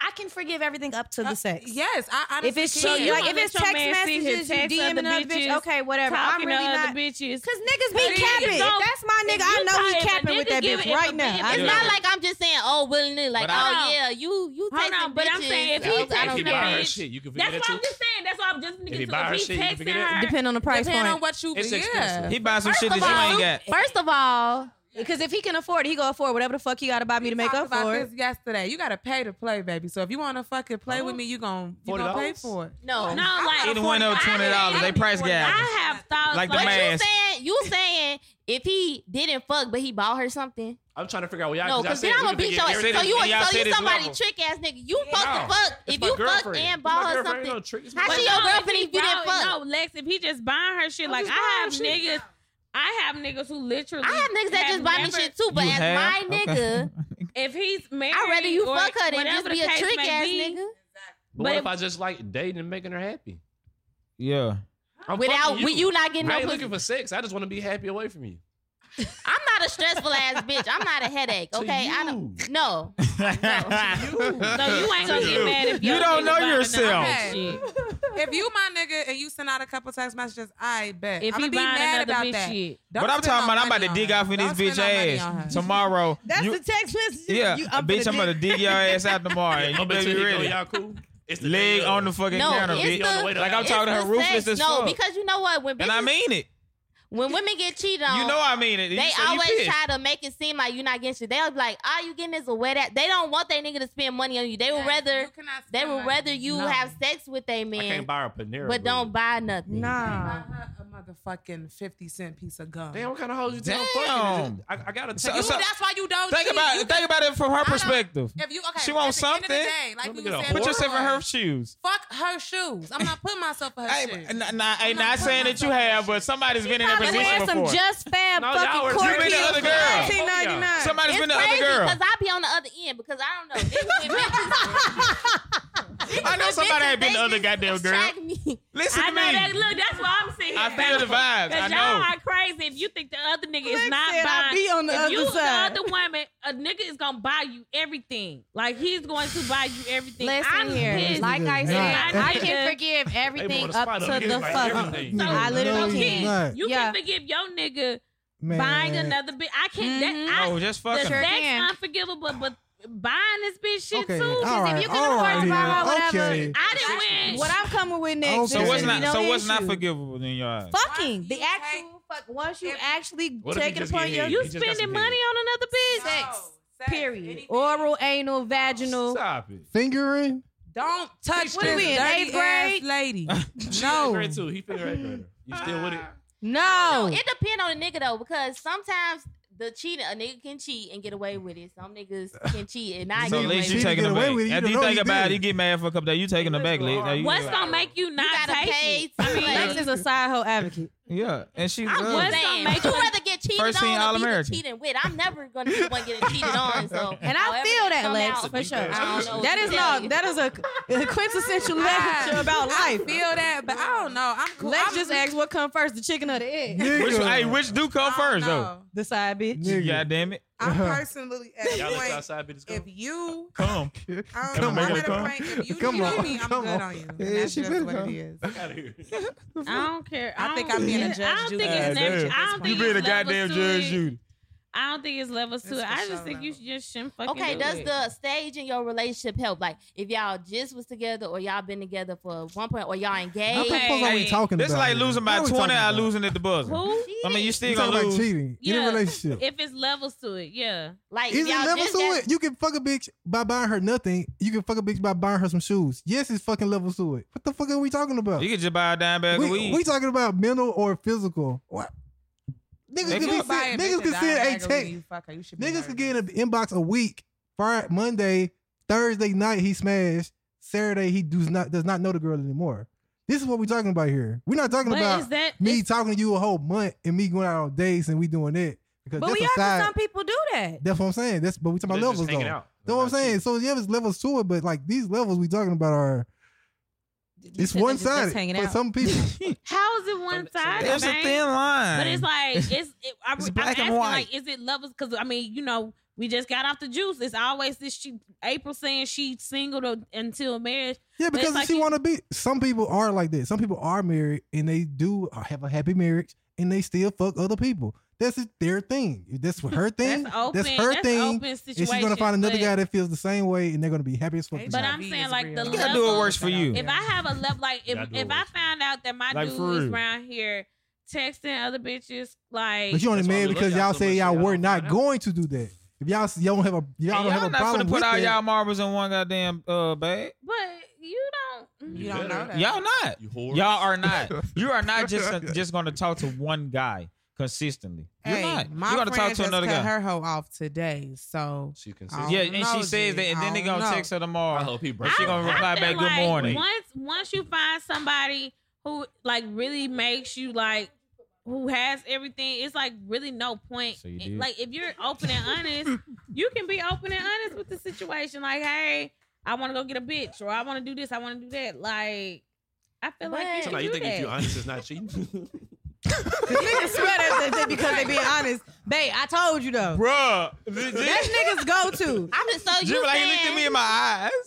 I can forgive everything up to Uh, the sex. Yes, I honestly If it's can. So cheating, you like gonna if it's let your text man sit here, messages, you text DMing other another bitch, bitches, okay, whatever. I'm talking really to not. other bitches. Cause niggas be But if capping. If don't- that's my if nigga, you I know tired, if he a capping with that nigga give bitch it- right if- now. if I It's know. Yeah. not like I'm just saying, oh, willingly, like, But I- oh No. yeah, you you Hold texting on, but I'm bitches. saying if Oh, he texting I If don't he know. buy her bitch. shit, you can figure That's that what I'm too. just saying. That's what I'm just If he thinking. buy her If shit, he you can texting figure that. her, Depend on the price Depending on point. what you, It's yeah. expensive. He buys some First shit that of you all, ain't got. first of all, Because if he can afford it, he go afford whatever the fuck he got to buy me to make talked up about for this it. yesterday. You gotta pay to play, baby. So if you wanna fucking play Oh. with me, you gon' you gonna pay $40? for it. no, no, like Either one of them twenty dollars. They price gouge. I have thoughts Like the What like, man- you Dumbass. saying? You saying if he didn't fuck, but he bought her something? I'm trying to figure out what y'all. no, I because said then I'm we gonna could beat get your ass. everything. So you, And y'all so said you it's somebody level. trick ass nigga. You supposed No, to fuck It's if my you fuck girlfriend. and It's my bought her girlfriend. Ain't something. no trick. It's my How But she your no, girlfriend if you didn't bought- fuck? No, Lex, if he just buying her shit, like just I have buying her niggas, I have niggas who literally. I have niggas that just buy me never- shit too, but You as my have? nigga, If he's married, I'd rather you or fuck her than just whatever be the a case trick may ass be, nigga. But But what if- if I just like dating and making her happy? Yeah. I'm fucking Without you. you not I getting no ain't pussy. looking for sex. I just want to be happy away from you. I'm not a stressful ass bitch. I'm not a headache. Okay, I don't. No, So you ain't gonna get mad if You your don't nigga know vibing out yourself. that shit. If you my nigga and you send out a couple text messages, I bet. If I'm he gonna be buying mad another about bitch that. shit. Don't but I'm spend talking no about, I'm about money to on dig her. off in Don't this bitch spend no money on her. ass tomorrow. That's you- the text message. yeah, you, bitch, I'm gonna finna dig- dig your ass out tomorrow. Hey, I'm You about better to be hit ready. y'all cool. It's the Leg day on the of. fucking no, counter, it's bitch. Be on the way the. to Like I'm it's talking to her the ruthless sex. as No, fuck. because you know what? When bitches, and I mean it. when women get cheated on, You know I mean it. You they say you always pissed. try to make it seem like you're not getting shit. They'll be like, "All you getting is a wet ass." They don't want their nigga to spend money on you. They would Yes, rather you cannot they spend would money. rather you No. have sex with a I man, can't buy her Panera. but don't buy nothing. Nah, a motherfucking fifty cent piece of gum. Damn, what kind of hoes you tell? Damn. Fucking, I, I gotta So- take You- it. so- that's why you don't Think cheat. about You it. Think about it from her perspective. If you okay, She wants at the end of the something. day, like Let me you get a said, whore. Put yourself in her before, shoes. Fuck her shoes. I'm not putting myself in her Hey, shoes. nah, nah, hey, I'm not, not putting saying that you myself in have, that but shit. somebody's been in that Probably position wear some before. just fab No, y'all were fucking tripping corky. the other girl. Fuck y'all. 1999. Somebody's It's been the other crazy girl. because I be on the other end because I don't know. Niggas with bitches- I know somebody bitches, ain't been the they other just goddamn girl. attract me. Listen I to know me. that. Look, that's why I'm sitting here. I feel the vibes. I Cause know. y'all are crazy if you think the other nigga is Flex not said, I buying. be on the if other you side. the other woman, a nigga is gonna buy you everything. Like he's going to buy you everything. I'm Listen here, pissed. like I Nah. said, I Nigga. can forgive They everything wanna up spot to up. It's the like fuck. everything. So, I literally so No, Ken, you're not. You Yeah. can forgive your nigga Man. buying another bitch. I can't. That, I, No, just the fucking. Sure sex can. unforgivable, but buying this bitch shit Okay. too. All if right. you can All afford right. to buy yeah, her whatever- Okay. I didn't win. What I'm coming with next. Okay. is So what's gonna be not? no so what's not issue. forgivable in your eyes? Fucking Why the you actual fuck. Once you if- actually What if he take it just upon get your hit? you He just got spending some money on head. another bitch? No, sex. sex, period, anything. oral, anal, vaginal. Stop it. Fingering. Don't touch What are this we in, dirty eighth grade? ass lady. Eighth no. grade too. He figured eighth grader. You still with it? No, No, it depends on the nigga though because sometimes the cheating a nigga can cheat and get away with it. Some niggas can cheat and not So get at away least with you She it. take- taking get a away back. with it. You After don't you know think you about did it, it. you get mad for a couple days. You taking a back. Leg. Now you- What's gonna make you not gotta take pay it? I to mean, play. Lex is a side hoe advocate. Yeah, and she. I'm uh, was- just gonna saying, make would you you- rather get cheated First on team or be the All-American. cheating with? I'm never gonna be the one getting cheated on. So, And I however feel it that, come Lex, out, for sure. I don't know what That to is tell not. you. That is a, a quintessential I- lecture about I life. feel that, but I don't know. I'm cool. Lex I'm, just asked what come first, the chicken or the egg? Nigga. Which, hey, which do I come don't first though? know. The side bitch. Nigga. God damn it, I'm personally at Y'all let a point. outside bitches go. If you, come. I Come don't on, know, I'm baby, at come. a point. If you Come cheat on, me, I'm come good on. on you. And Yeah, that's she just better what come. it is. Out of here. I don't care. I think don't- I'm being a I judge, don't Judy. think God it's damn. never. I don't You think You been a it's levels goddamn to judge, it. Judy. I don't think it's levels to It's it. for I sure just think you levels. should just shouldn't fucking. Okay, do does it. the stage in your relationship help? Like, if y'all just was together or y'all been together for one point or y'all What engaged? the fuck are we Hey, talking This is about? like here? losing by What are we twenty talking or about? losing at the buzzer. who? I mean, you still You talking gonna about lose. cheating in Yeah. a relationship? If it's levels to it, yeah. Like, Is it y'all levels just to got- it? You can fuck a bitch by buying her nothing. You can fuck a bitch by buying her some shoes. Yes, it's fucking levels to it. What the fuck are we talking about? You could just buy a dime bag of We, weed. we talking about mental or physical? What? Niggas If can, you be You buy sent, niggas it, bitch, can and die send a back when text. you fuck her. You should be Niggas can nervous. get an inbox a week. Friday, Monday, Thursday night he smashed. Saturday he does not does not know the girl anymore. This is what we're talking about here. We're not talking But about is that me is- talking to you a whole month and me going out on dates and we doing it because But that's we a are 'cause side. some people do that. that's what I'm saying. That's but we talking They're about just levels though. hanging Know out. what I'm Not saying? cheating. So yeah, there's levels to it, but like these levels we talking about are it's said they one just- that's sided hanging for out. some people. How is it one sided? There's a thin line. But it's like it's. It, I, It's am black and asking, white. Like, is it levels? Because I mean, you know, we just got off the juice. It's always this. She April saying she single to, until marriage. Yeah, But it's because like she you- want to be. Some people are like that. Some people are married and they do have a happy marriage and they still fuck other people. That's it- their thing. If That's her thing. That's open. That's her An thing. open And situation. she's gonna find another but- guy that feels the same way, and they're gonna be happy as fuck. Hey, with But each I'm other. HIV saying, is like, real. the You gotta do what works for you. If I have a level, like if Gotta do if what I works. found out that my Like, for dude is real. around here texting other bitches, like But you only That's why we mad love because y'all y'all so say much, y'all y'all were don't not find out. going to do that. If y'all y'all don't have a y'all And don't have a not problem finna put with all that. y'all marbles in one goddamn uh, bag. but you don't. mm, You better. don't know that. Y'all not. You whore. Y'all are not. You are not just just gonna talk to one guy consistently. You're Hey, not. My You're gonna friend talk to just another cut guy. her hoe off today, so She I consistent. yeah, don't and she know, says G. that, and I then they don't gonna know. text her I tomorrow. hope he But breaks. she it gonna off. reply I back, feel "Good like morning." Once once you find somebody who like really makes you like who has everything, it's like really no point. So you It- did. like if you're open and honest, you can be open and honest with the situation. Like, hey, I want to go get a bitch, or I want to do this, I want to do that. Like, I feel like you But- should So Somebody, do you think that. if you honest, it's not cheating? niggas sweat at that because they being honest. Babe, I told you though. Bruh. That's niggas go to. I'm just so Jim, you like, he saying, looked at me in my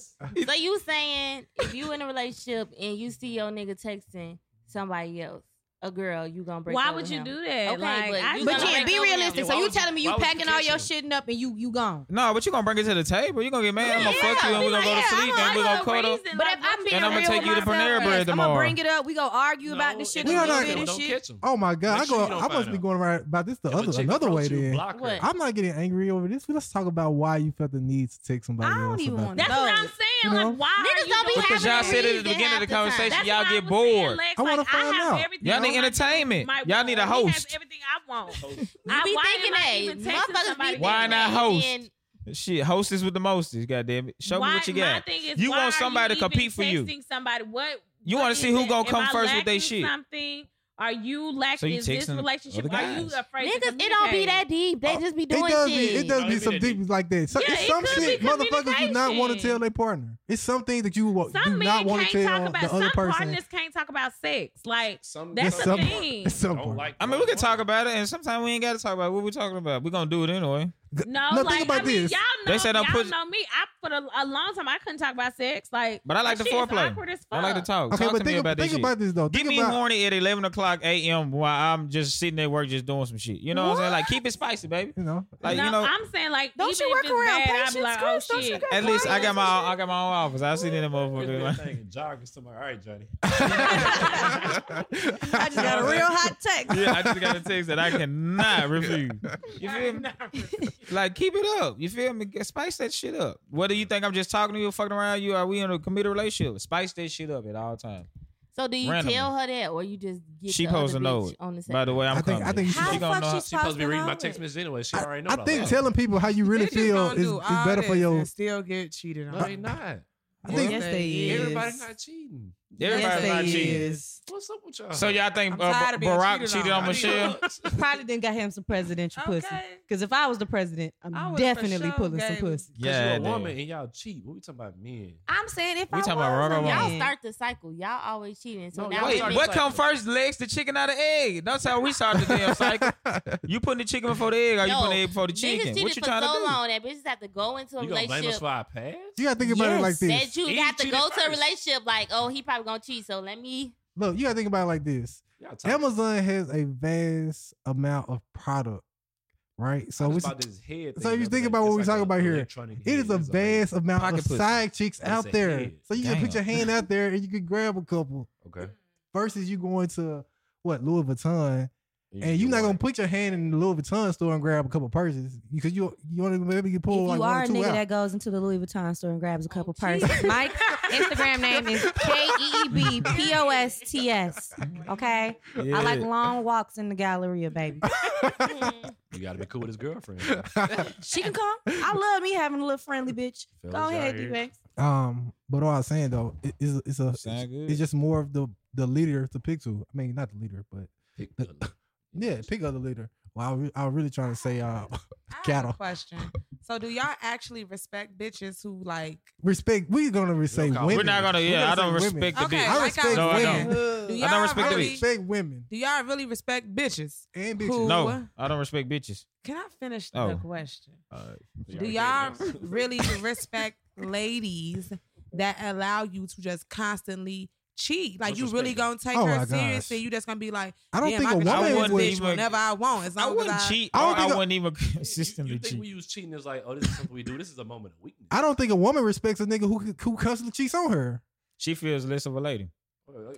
eyes. So you saying if you in a relationship and you see your nigga texting somebody else, a girl, you gonna break Why up would with you him. do that? Okay, like, but I you feel But gonna yeah, be like- break up with realistic. him. So Why you would- telling me you why would you packing all catch your him? shit up and you you gone. No, but you gonna bring it to the table. You gonna get mad. I'm gonna fuck you and we're gonna go to sleep and we're gonna cuddle. But if I'm being And I'ma real take with you to myself, Panera Bread I'm tomorrow. gonna bring it up. We gonna argue about this shit a We little are not bit gonna- and Don't shit. catch him. Oh my god, Make sure I go. you don't I must find be out. going right about this the If a other chick another approach way. you, Then block her. What? I'm not getting angry over this. Let's talk about why you felt the need to take somebody I don't else. even about wanna- it. That's what No. I'm saying. No. Like, why? Niggas are you don't be doing Because that? y'all said it at reason the beginning of the half the time. conversation, That's y'all what I get was saying, bored. Lex. I wanna Like, find have out. everything Y'all on need my entertainment. might Y'all want. need a He has host. everything I want. You I- be why thinking am I that even texting motherfuckers somebody be Why not thinking that, host? and Shit, hostess with the mostest. Goddamn it. Show me Why- what you My got. thing is, You why want are somebody to even compete for you. texting Somebody, what? You what wanna is see who it? gonna Am come I first with they lacking shit? Something? Are you lacking? So you is this texting relationship? other Are you guys? afraid? to Niggas, it don't be communicate? that deep. They just be doing it does shit. be it does No, be it some be that things deep. like that. So, Yeah, it's it some could shit be motherfuckers do not want to communication. tell their partner. It's some things that you wa- Some Oh, do not men want can't to tell talk about. the Some other person. partners can't talk about sex. Like Some, That's the some thing. It's some Don't part. like. I mean, we can talk about it, and sometimes we ain't gotta talk about what we talking about. we gonna do it anyway. no, now like think about I mean, this. y'all know. They said y'all I'm push- know me. I for a, a long time I couldn't talk about sex. Like, But I like that the shit is foreplay. awkward as fuck. I like to talk. Okay, talk but to me think, about this think shit. about this though. Get think me about, horny at 11 o'clock a.m. while I'm just sitting at work just doing some shit. You know what, I'm saying? Like, keep it spicy, baby. You know, Like, no, you know, I'm saying like, Don't even you if work it's around bad, I be patience, like, oh Chris? Don't you shit. got at least I got my I got my own office. I sit in the That motherfucker. thing and jog is somebody. All right, Johnny. I just got a real hot text. yeah, I just got a text that I cannot refuse. You feel me? Like, keep it up. You feel me? Get- Spice that shit up. Whether you think I'm just talking to you, or fucking around you, or we in a committed relationship, spice that shit up at all times. So do you Randomly. tell her that, or you just get She the other supposed to know bitch it. on the side? By the way, I'm I think- coming. I think she- she, How the gonna fuck know. she's She supposed to be reading my Supposed to text know messages anyway. She I, already know. I all think that. telling people how you really They just feel gonna is, do is all better for this your. and still get cheated No, on. they not. I think- Yes, they is. Everybody's not cheating. Everybody's yes, not they cheating. is. What's up with y'all? So y'all think I'm uh, tired of being Barack cheated cheated on. on Michelle? Probably didn't got him some presidential pussy. Okay. Because if I was the president, I I'm would've for definitely sure pulling some gave- pussy. Yeah, Yeah, you a dude. woman and y'all cheat. What we talking about, men? I'm saying if We I talking was about a Rock man- y'all Yeah. start the cycle. Y'all always cheating. So No, now y'all Wait, start women- what the come cycle. first? Legs, the chicken, out of egg. That's how we start the damn cycle. You putting the chicken before the egg, or you Yo, putting the egg before the Niggas chicken? cheated What you for trying so to do? long that bitches have to go into a You gonna blame us relationship for our past? You gotta think about it like Yes. this. that you He have to cheated go to a first. relationship like, oh, he probably gonna cheat. So let me. Look, you gotta think about it like this. Y'all talking- Amazon has a vast amount of product, right? I So just it's, bought this head so thing if you the think other day. about what It's we like talking a about here, electronic it head. is a It's vast amount Pocket of pussy. side chicks That's out a there. head. So you can put Damn. your hand out there and you can grab a couple Okay. versus you going to what Louis Vuitton and you're not gonna put your hand in the Louis Vuitton store and grab a couple purses because you you want to maybe get If pulled like you one are or a two nigga out. that goes into the Louis Vuitton store and grabs a couple Oh, purses, my Instagram name is K E E B P O S T S. Okay, I like long walks in the galleria, baby. Mm. You gotta be cool with his girlfriend. She can come. I love me having a little friendly bitch. Go ahead, D Rex. um, but all I'm saying though, it, it's a- it's a it's, Sound good. it's just more of the the leader to pick to. I mean, not the leader, but Yeah, pick other leader. Well, I, re- I was really trying to say, uh, I have a Cattle. question. So do y'all actually respect bitches who like? respect. We're gonna say We're not women. We're not gonna. We're Yeah, I say don't women. respect the Okay, bitch. I like respect No, I don't. women. Do I y'all don't respect the I really, respect women Do y'all really respect bitches? and Who- bitches. No, I don't respect bitches. Can I finish the Oh. question? All right. Do y'all really respect ladies that allow you to just constantly cheat? Like What's you really respect? gonna take Oh my her gosh. seriously? You just gonna be like, I don't Damn, think I a can I cheat woman on wouldn't would. this bitch even- whenever I want. As long I wouldn't as I, cheat. I don't or I think I- wouldn't even You consistently think we cheat. use cheating as like, oh, this is something we do. This is a moment of weakness. I don't think a woman respects a nigga who who constantly cheats on her. She feels less of a lady.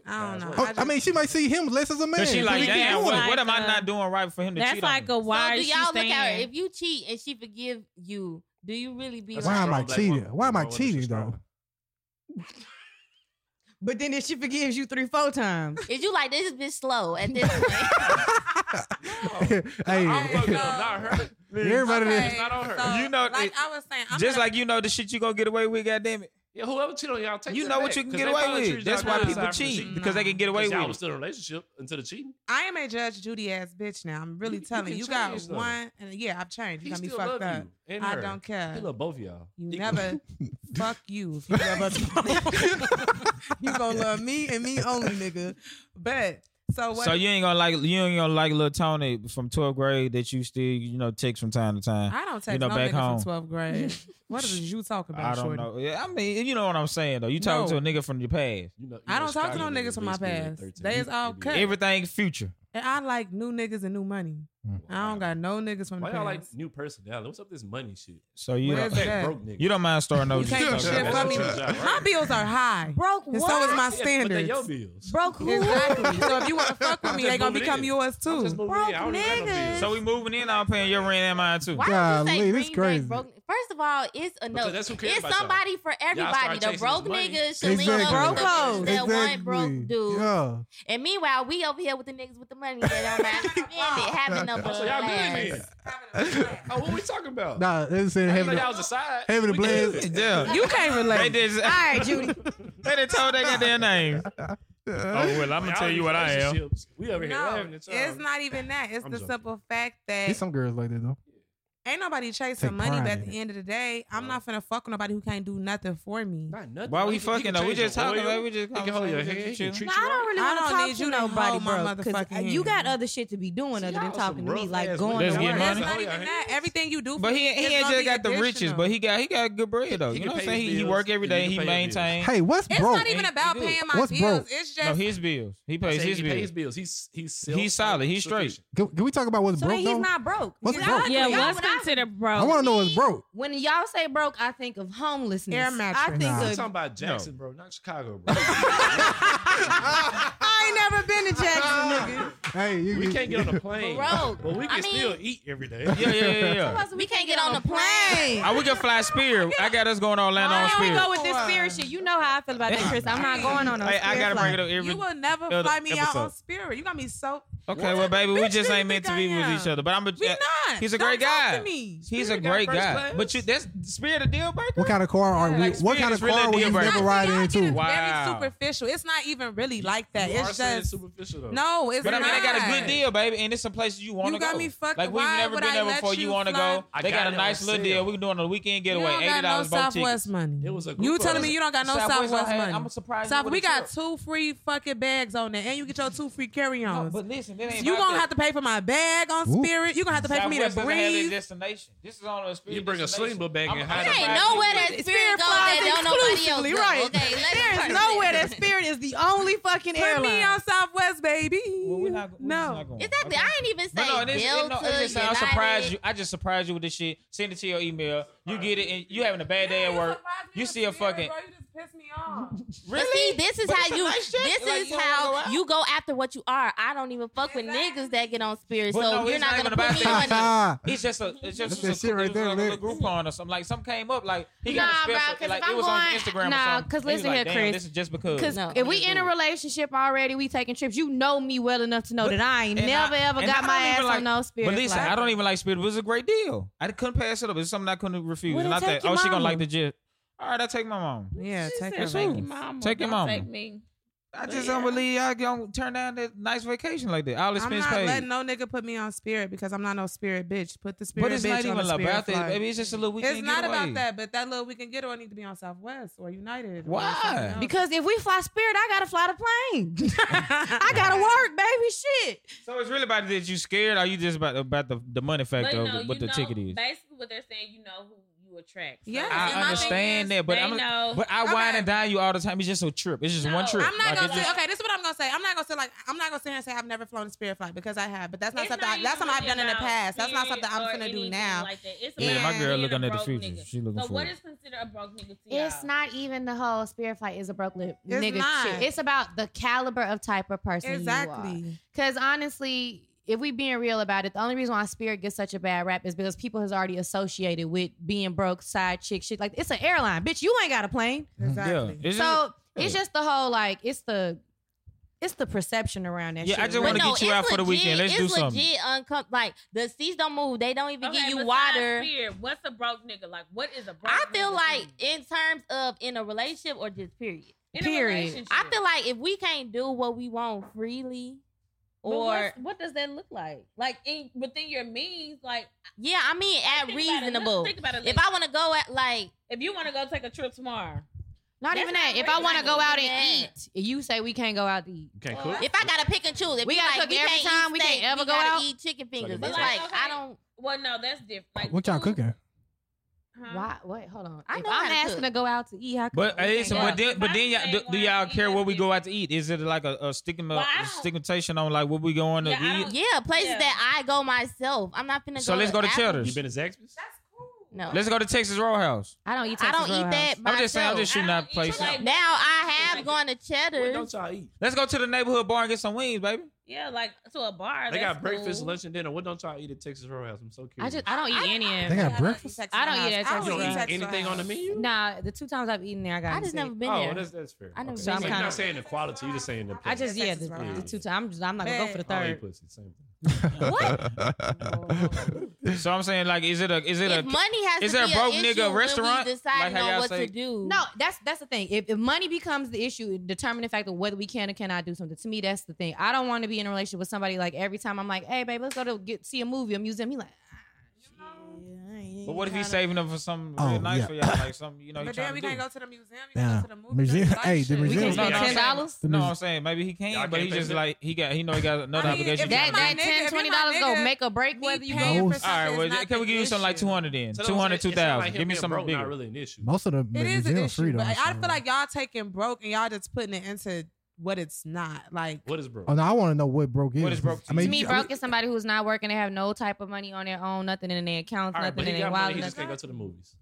I don't know. Oh, I I, just- mean, she might see him less as a man. Cause she so like, he keep damn, doing what, it. it. what am I Like, not doing right for him to That's cheat on like me? a So why do is she y'all look at her? staying? If you cheat and she forgive you, do you really be That's Why a am I strong black cheating? woman. Why am I Woman, she's cheating, strong. though? But then if she forgives you three, four times. Is you like this is bitch slow at this point? hey, I'm fucking up, not her. everybody. Okay, that- It's not on her. so, You know, like it- I was saying, I'm Just gonna- like you know the shit you gonna get away with, goddamn it. Yeah, whoever cheat on y'all, take You that know back, what you can 'cause get they away probably with. treated That's y'all why good people aside from cheat cheating. because they can get away 'Cause with. Mm-hmm. y'all it. was still in a relationship until the cheating. I am a judge Judy ass bitch now. I'm really You- you telling you. can You got change, though. one, and yeah, I've changed. You He got me still fucked love up. you. And I her. don't care. He love both of y'all. You Equally. never fuck you if you ever you gonna love me and me only, nigga. But So what? So you ain't gonna like you ain't gonna like little Tony from 12th grade that you still you know text from time to time. I don't text you know, no back nigga home. from 12th grade. what is you talking about, I don't shorty? know. Yeah, I mean, you know what I'm saying though. You talking to No. a nigga from your past. You know, you I know don't talk to no Chicago niggas from my basically at past. 13. They is all Yeah. cut. Everything future. And I like new niggas and new money. I don't got no niggas from the Why y'all like past. new personality? What's up with this money shit? So you Where's don't, that? Broke nigga. you don't mind starting over. You just can't do talking shit about for me. that. My bills are high. Broke And what? so is my Yeah, but they standards. your bills. Broke who? Exactly. so if you want to fuck with me, Just they gonna moving become in. I'm yours too. just moving Broke in. I don't even have no niggas. bills. So we moving in. I'm paying your rent and mine too. Why would you Golly, say this Green crazy. Bay broke? First of all, it's enough. that's who cares It's about y'all. somebody for everybody. The chasing broke this money. niggas should link up Exactly. Broke with the hoes. dudes that one broke dude. Yeah. And meanwhile, we over here with the niggas with the money that don't mind spending, having a Oh, so y'all blast. millionaires. Oh, what we talking about? Nah, they was saying I didn't having know y'all a, was a side. having a We good. blast. Yeah. You can't They relate. did. All right, Judy. They done told they got their name. Oh well, I'm gonna Y'all tell you what I am. relationships. We over here No, having a time. it's not even that. It's I'm the joking. simple fact There's that some girls like that though. ain't nobody chasing Take money. But pride at in the end of the day, I'm No. not finna fuck with nobody who can't do nothing for me. Not nothing. Why Like, we you can- you fucking can though? We change just your talking. oil. Like, we He just can hold your conversation, hand. He chilling. treat No, you I right. don't really I want don't to talk need to you to nobody hold my broke because motherfucking you got hand. other shit to be doing See, other y'all than some talking to me, rough like ass going. Let's to get work. That's money. not Oh, even yeah. that. Everything you do for But me he he is ain't gonna just be got the riches, additional. but he got he got good bread though. He You can know what I'm pay saying? his He, he bills. work every He day. can pay He his bills. maintains. Hey, what's It's broke? not even He- about he do. paying my What's bills. broke? It's just No, his bills. He I pays said his He pays bills. bills. He's he's He's solid. He's self-sufficient. Can, can we talk about what's So broke he's though? not broke. What's Y'all- broke? Yeah, y'all- what's when I- considered I broke? want to know what's broke. When y'all say broke, I think of homelessness. Air mattress. I think Nah. I'm of talking about Jackson, bro, not Chicago, bro. I ain't never been to Jackson, nigga. Hey, you, we can't get on a plane, Broke. but we I can mean- still eat every day. Yeah, yeah, yeah, yeah. Plus, We can't get on the plane. Ah, we can fly Spirit. I got us going to Orlando Why on don't we Spirit. go with this spirit shit? You know how I feel about that, Chris. I'm not going on a Hey, spirit I gotta bring it up every. you will never other fly me out on episode. spirit. You got me so Okay, well, baby, we Bitch, just nigga, ain't meant to think be I with am. each other. But I'm. A, we not. He's a Don't great talk guy. To me. He's a Spirit got great first guy. class. But you, that's Spirit a deal breaker. What kind of car are we? Like, what kind Spirit's of really a car will deal you breaker. never See, ride y'all get it into? Wow. Very superficial. It's not even really like that. You are it's saying just superficial though. no. It's But I mean, not. they got a good deal, baby, and it's some places you want to You go. got me fucking- Like we've why never would been I there let before. You, you want to fly? go? I They got got, it a on nice little sale. deal. We doing a weekend You getaway, don't eighty got no dollars both tickets. Southwest money. It was a You group telling of me us. you don't got no Southwest Southwest, don't have- money? I'm surprised. South, we got two free fucking bags on there, and you get your two free No, carry-ons. but listen, it ain't you about gonna that. have to pay for my bag on Ooh. Spirit. You gonna have to pay for me to Southwest doesn't have their breathe. destination. This is on a spirit. You bring a destination. sleeper bag I'm- and I'm hide There it. ain't surprised nowhere you- that spirit, Spirit go flies that don't nobody else exclusively, go. right. Okay, let's There's nowhere that Spirit is the only fucking Put me airline. on Southwest, baby. Well, we're not, we're just no. not going. Exactly. I ain't even But no, say it is, it, Delta, no, it uh, just, I United. surprised you. I just surprised you with this shit. Send it to your email. You get it, and you having a bad day at work. You see a fucking Bro, you just pissed me off. really. But see, this is But it's how a you. nice shit. this Like, you don't wanna is go how out. you go after what you are. I don't even fuck with Exactly. niggas that get on spirit, so But no, you're it's not not even gonna about put me that. on it. It's just a, it's Look just at that a, shit right it was there, like a little Nick. Groupon or something. Like some came up, like he Nah, got a bro, special. 'cause like if it I'm was on going- Instagram. nah, or something. 'cause He was listen like, here, "Damn, Chris. This is just because. Because No, if we let's in a do it. relationship already, we taking trips. You know me well enough to know that I ain't And never I- ever and I got don't my even ass like- on no spirit. But listen, flight. I don't even like Spirit. It was a great deal. I couldn't pass it up. It's something I couldn't refuse. Well, then and I take thought, your oh, she gonna mama. like the gym. All right, I take my mom. Yeah, She take said, her. That's all. Take your mama. Take your Don't mama. Take me. I But just yeah. don't believe y'all don't turn down that nice vacation like that. All I'm expense not paid. letting no nigga put me on Spirit because I'm not no Spirit bitch. Put the Spirit But it's bitch not on even the Spirit about that, flight. baby. It's just a little weekend It's not getaway. about that, but that little weekend getaway need to be on Southwest or United. or Why? something else. Because if we fly Spirit, I gotta fly the plane. I gotta work, baby. Shit. So it's really about that you scared or you just about about the, the money But factor no, of what you the ticket know- is. Basically, what they're saying, you know who you attract. So Yes, my and I thing understand is, that, but they I'm know. but I Okay. wine and dine you all the time. It's just a trip. It's just No, one trip. I'm not Like, gonna it's say just- okay. This is what I'm gonna say. I'm not gonna say like I'm not gonna sit here and say I've never flown a Spirit flight because I have, but that's not It's something. I, even that's something I've really done in the about past. That's not period something I'm or gonna do anything now. Like that. It's Yeah, about my girl being looking a at the broke future. nigga. She looking So for what it. is considered a broke nigga to It's y'all? not even the whole spirit fight is a broke lip It's nigga not. shit. It's about the caliber of type of person you are. Exactly. Because honestly, if we being real about it, the only reason why spirit gets such a bad rap is because people has already associated with being broke, side chick shit. Like it's an airline, bitch. You ain't got a plane, Exactly. Yeah. It's just- so it's just the whole like it's the it's the perception around that. Yeah, shit. I just Like, wanna But get you it's out for the weekend. Let's it's do something. legit uncom- like the seats don't move. They don't even Okay, give you besides water. Spirit, what's a broke nigga like? What is a broke? I feel nigga like to you? in terms of in a relationship or just period. In a period. relationship. I feel like if we can't do what we want freely, But or what's- what does that look like? Like in, within your means, like yeah, I mean at think about it. Let's reasonable. Think about it. If I want to go at like if you want to go take a trip tomorrow, Not That's even not that. If really I want to like go out and that. eat, you say we can't go out to eat. You can't cook. If I gotta pick and choose, if We you gotta like, cook you every can't time, eat we can't steak, ever we go gotta out? Eat chicken fingers. But It's like, like I okay. don't. Well, no, that's different. Like, What y'all food- cooking? Huh? Why? Wait, hold on. I if know how I'm to asking cook. to go out to eat, how come But we hey, so, can't but go? then, but then, y'all, do, do y'all care where we go out to eat? Is it like a, a stigma, Well, I don't- stigmatization on like what we going to Yeah, I eat? don't- Yeah, places Yeah. that I go myself. I'm not finna So go. let's go to Applebee's. Cheddar's. You been to Zaxby's? No, Let's go to Texas Roadhouse. I don't eat. I don't Texas eat Roadhouse. that. Myself. I'm just saying, I'm just shooting I out don't eat places. like- Now I have gone to What Cheddar's. don't y'all eat? Let's go to the neighborhood bar and get some wings, baby. Yeah, like to a bar. They that's got breakfast, cool. lunch, and dinner. What don't y'all eat at Texas Roadhouse? I'm so I curious. just I don't eat any of. They it. got breakfast? I don't eat at I Texas you Roadhouse. don't eat don't eat Texas anything on the Roadhouse. menu? Nah, the two times I've eaten there, I got. I just sick. never been Oh, there. that's that's fair. I Okay. never been So there. you're not saying the quality, you're just saying the. I just yeah, Texas the, Roadhouse. the two times. I'm just I'm not gonna go Man. for the I don't third. eat pussy. Same thing. So I'm saying, like, is it a is it If a money has Is to there a be broke an nigga issue when we restaurant? Like deciding how y'all on what say- to do. No, that's that's the thing. If, if money becomes the issue, determining factor of whether we can or cannot do something. To me, that's the thing. I don't want to be in a relationship with somebody like every time I'm like, hey, babe, let's go to get see a movie, a museum. He like, but what if he's saving them for something Oh, real nice yeah. for y'all? Like something you know you But then trying to we do. can't go to the museum. You Yeah. can go to the movie. Museum- That's hey, the shit. we museum- can Yeah, spend y'all ten dollars. No, I'm saying maybe he can, Y'all but he can't just pay like he got he know he got another I mean, obligation. if for my That something. that nigga- ten if twenty you my dollars go nigga, make or break whether Me you paying go- for All All right, something well, is not can we the give you something like issue. 200 then? So it- 200, it sound like 2000. him Give me being something broke bigger. Not really an issue. Most of the It is an museum issue, free though. but I so- feel like y'all taking broke and y'all just putting it into what it's not. Like What is broke? Oh no, I want to know what broke is. What is broke I to mean, To me, you- broke is somebody who's not working. They have no type of money on their own, nothing in their accounts, All right, but nothing he in their got money. wallet. He just can't go to the movies.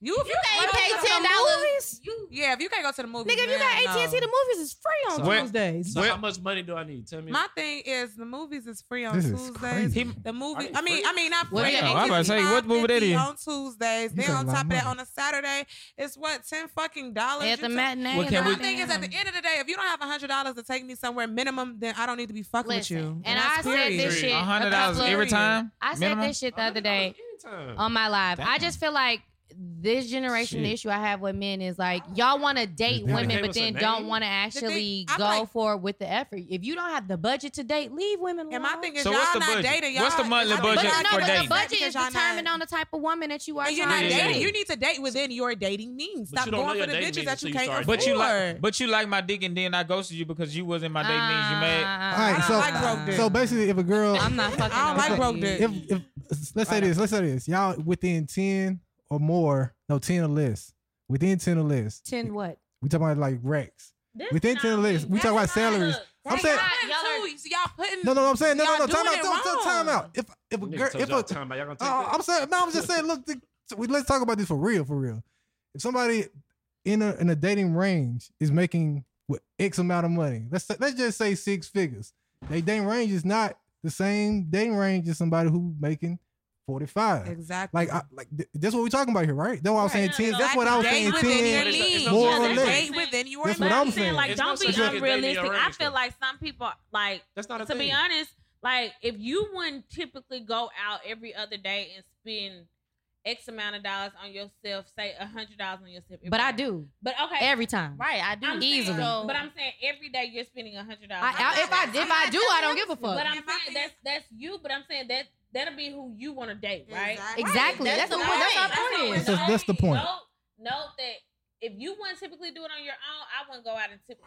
you, if you can't go pay to the ten movie- dollars. Yeah, if you can't go to the movie, Nigga, if you got AT and T, the movies is free on So- Well- Tuesdays. So how much money do I need? Tell me. My thing is the movies is free on This is Tuesdays. crazy. The movie, Are I they mean, free? I mean, not free. Well, yeah, I'm about to say, what movie that is? On Tuesdays, You then got a on lot top of of that, money. on a Saturday, it's what ten fucking dollars. At You the took- matinee. Well, and can And all my we- thing is, at the that. end of the day, if you don't have hundred dollars to take me somewhere minimum, then I don't need to be fucking Listen, with you. and that's I said period. this shit. a hundred dollars couple of- every time. I said minimum? this shit the other day. Anytime. on my live. I Damn. just feel like this generation the Shit. issue I have with men is like y'all want to date They women, gave but us a then name. don't want to thing- actually I'm go like- for it with the effort. If you don't have the budget to date, leave women alone. And my thing is, So y'all what's the not budget? dating. Y'all, What's the monthly I think but budget no, y'all for not but dating? the budget is Because y'all not- determined on the type of woman that you are. And you're not trying to Yeah. dating. date. You need to date within your dating means. But Stop you don't going know for the your dating bitches means that you until you can't afford. start But you like, but you like my dick, and then I ghosted you because you wasn't my date means Uh, you mad. All right, I don't so- like broke dick. so basically, if a girl, I'm not fucking. I don't like nobody. broke dick. if, if let's say this, let's say this, y'all within ten or more, no ten or less, within ten or less, Ten what? we talking about like racks. This Within not ten or less, me. we talking about That's not- salaries. look, I'm That's saying, y'all, are, y'all putting. no, no, no, I'm saying, no, no, no, y'all time doing out, time, it time, time wrong. out. If if a Nigga girl, told if y'all a, time, out. y'all gonna take oh, that? I'm saying, no, I'm just saying, look, the, so we- let's talk about this for real, for real. If somebody in a in a dating range is making what X amount of money, let's say, let's just say six figures. They dating range is not the same dating range as somebody who making forty five. Exactly. Like, I, like th- that's what we're talking about here, right? That's what I was saying. Right. Ten. That's Like, what I was date saying. within Ten. your means. More or Date less. within your That's But what means. I'm saying. Like, It's don't not be such a thing as dating unrealistic. I arranged, feel though. like some people, like, That's not a to thing. be honest, like, if you wouldn't typically go out every other day and spend X amount of dollars on yourself, say a hundred dollars on yourself. But I do But okay, every time. Right, I do I'm saying- easily. So- but I'm saying every day you're spending a hundred dollars. I, I, if I if I do, I don't give a fuck. But I'm If I saying think- that's that's you. But I'm saying that that'll be who you want to date, right? Exactly. That's the the point. That's our point. point. That's- that's the point. Note, note that if you wouldn't typically do it on your own, I wouldn't go out and tip,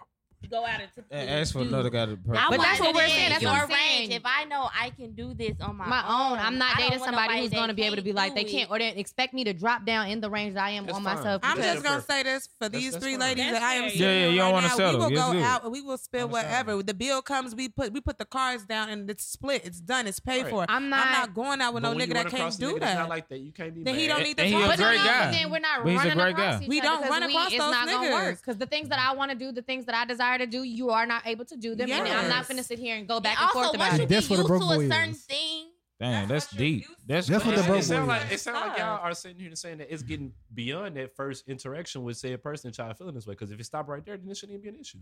go out and typically. And Ask for do- another guy to I But want that's to what we're be saying. in That's your what I'm saying. range. If I know I can do this on my, my own. I'm I don't not dating want somebody nobody who's that going to be able to be can't like do they it. can't or they expect me to drop down in the range that I am That's on fine. myself. I'm That's just gonna fair. say this for That's- these that's three fine. ladies That's that I am fair. seeing. Yeah, yeah, right you don't wanna now, settle. We will Yes, go good. out and we will spend Understand. whatever. The bill comes, we put we put the cars down and it's split. It's done. It's paid Right. for. I'm not. I'm not going out with But no when you nigga run that across can't a do nigga that's that. Not like that. You can't be. Then mad. he don't And- need to and he talk. a but no, great no, guy. but then we're not But he's a running great across guy. each We other don't 'cause run we- across it's those not gonna niggas. work. Because the things that I want to do, the things that I desire to do, you are not able to do them, and I'm not Yes. going to sit here and go back and, also, forth once about you it. be That's get what a used broke to a boy certain is. thing, Damn, that's That's what deep. you're used That's to. That's what the It- broke it sound boy like it is. sound like y'all are sitting here and saying that it's getting beyond that first interaction with said person and trying to feel in this way. Because if it stopped right there, then this shouldn't even be an issue.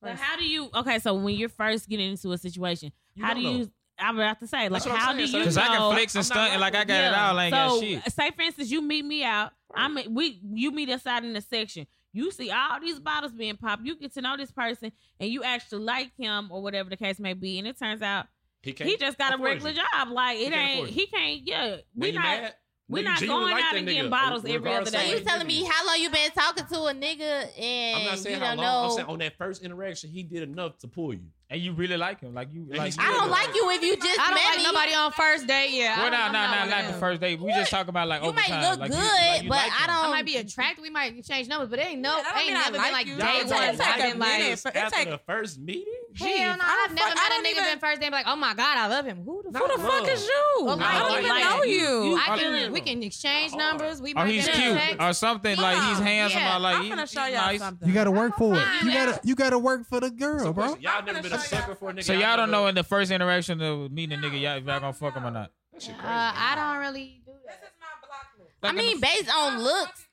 But how do you? Okay, so when you're first getting into a situation, You how do don't know. you? I'm about to say, like, That's what I'm how saying. do So you? Because I know- can flex and I'm not stunt and like I got it Yeah. all. I ain't so, got shit. Say for instance, you meet me out. I'm at- we you meet us out in the section. You see all these bottles being popped. You get to know this person, and you actually like him or whatever the case may be. And it turns out He can't. he just got a afford regular it. job. Like He it can't ain't. afford it. He can't. Yeah, Now we you not. mad? We're Nigga, not G, you going like out that and getting nigga, bottles every other regardless So day. of you activity. telling me how long you been talking to a nigga I'm not and you saying how don't long. I'm saying know? on that first interaction, he did enough to pull you. and you really like him, like you And like. he's I don't like you if you just I met don't like me. nobody on first date. Yeah. Well, I no, don't- I'm no, no, with not them. the first date. We What? just talking about like You over might time. look like, good, like, you but like I him. don't. I might be attracted. We might change numbers, but it ain't no, Yeah, that don't ain't mean I never like been you. like Y'all day take- one. take I've a been like, minute. It take- After the first meeting, hell no, I don't I've never fuck- met I a don't nigga even- been first date and be like, oh my god, I love him. Who the Not fuck? love. you? Well, I I don't don't even like know that. you. I I can, don't we know. can exchange numbers. We Oh, might he's get cute text. or something. Like he's Yeah. handsome. Yeah. or like I'm gonna he- show he y'all nice. something. You gotta work for it. You fine, man. gotta you gotta work for the So girl, bro. question, y'all I'm never gonna been a show sucker y'all for a nigga. So y'all don't know never- in the first interaction of meeting a nigga, y'all if y'all gonna fuck him or not. That shit Uh, crazy, I man. don't really do This that. is my block list. I mean, based on looks.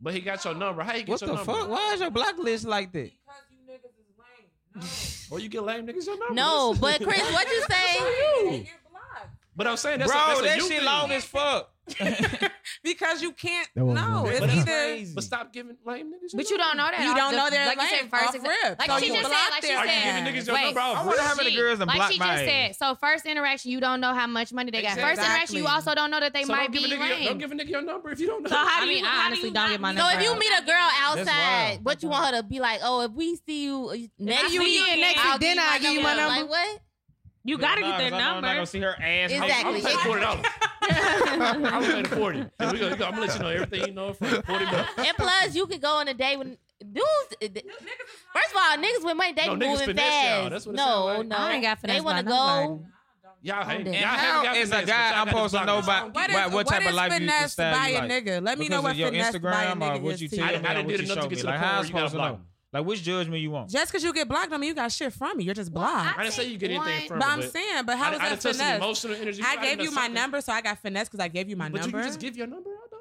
But he got your number. How you get What your the number? fuck? Why is your block list like that? Or you get lame niggas your number? No, That's- but Chris, what you say? Ooh. But I'm saying that's a, Bro, that's a that you shit thing. long as fuck. Because you can't. That wasn't No, good. it's But that's either. But stop giving lame niggas. your But you don't number. know that. You off don't the- know their like you lane said, first off rip. Like So she you just said, blocked like she their said. Are you giving niggas your Wait, number off I wonder how many She- girls done like blocked she my just said. ass. So first interaction, you don't know how much money they got. First interaction, you Exactly. also don't know that they So might don't be give a nigga, lame. Don't give a nigga your number if you don't know. So how I do you? mean, I how do honestly you don't not get my meet So number if you out. meet a girl outside, wild. what you want her to be like? Oh, if we see you next see you week, again next I'll week, then you I'll give you my number. Like what? You gotta get their Nah, 'cause I know I'm not number. gonna see her ass. I'm Exactly. gonna pay forty dollars. I'm gonna pay the forty. And we gonna- I'm gonna let you know everything you know for forty bucks. and plus, you could go on a date with dudes. uh, First of all, niggas with money, they No, niggas moving finesse y'all. fast. That's what it no, sound like. no, I ain't got They finesse want to by go. Y'all hate. damn. Y'all How haven't got is a finesse, guy but y'all I'm got supposed to this know block list. about- What is, What- what type is of life you- finesse style you by a like? nigga? Let me Because know of what your finesse by a Instagram or nigga what is you to tell I you. didn't, I didn't do What you enough to showed get me. to the Like, point how I where you got supposed to blocked. know? Like, which judgment you want? Just because you get blocked, I mean, you got shit from me. You're just blocked. I didn't say you get One- anything from But it, I'm saying, but how I, was I that done took some finesse? emotional energy. I done gave you my something. number, so I got finesse because I gave you my But you number. can just give your number out though.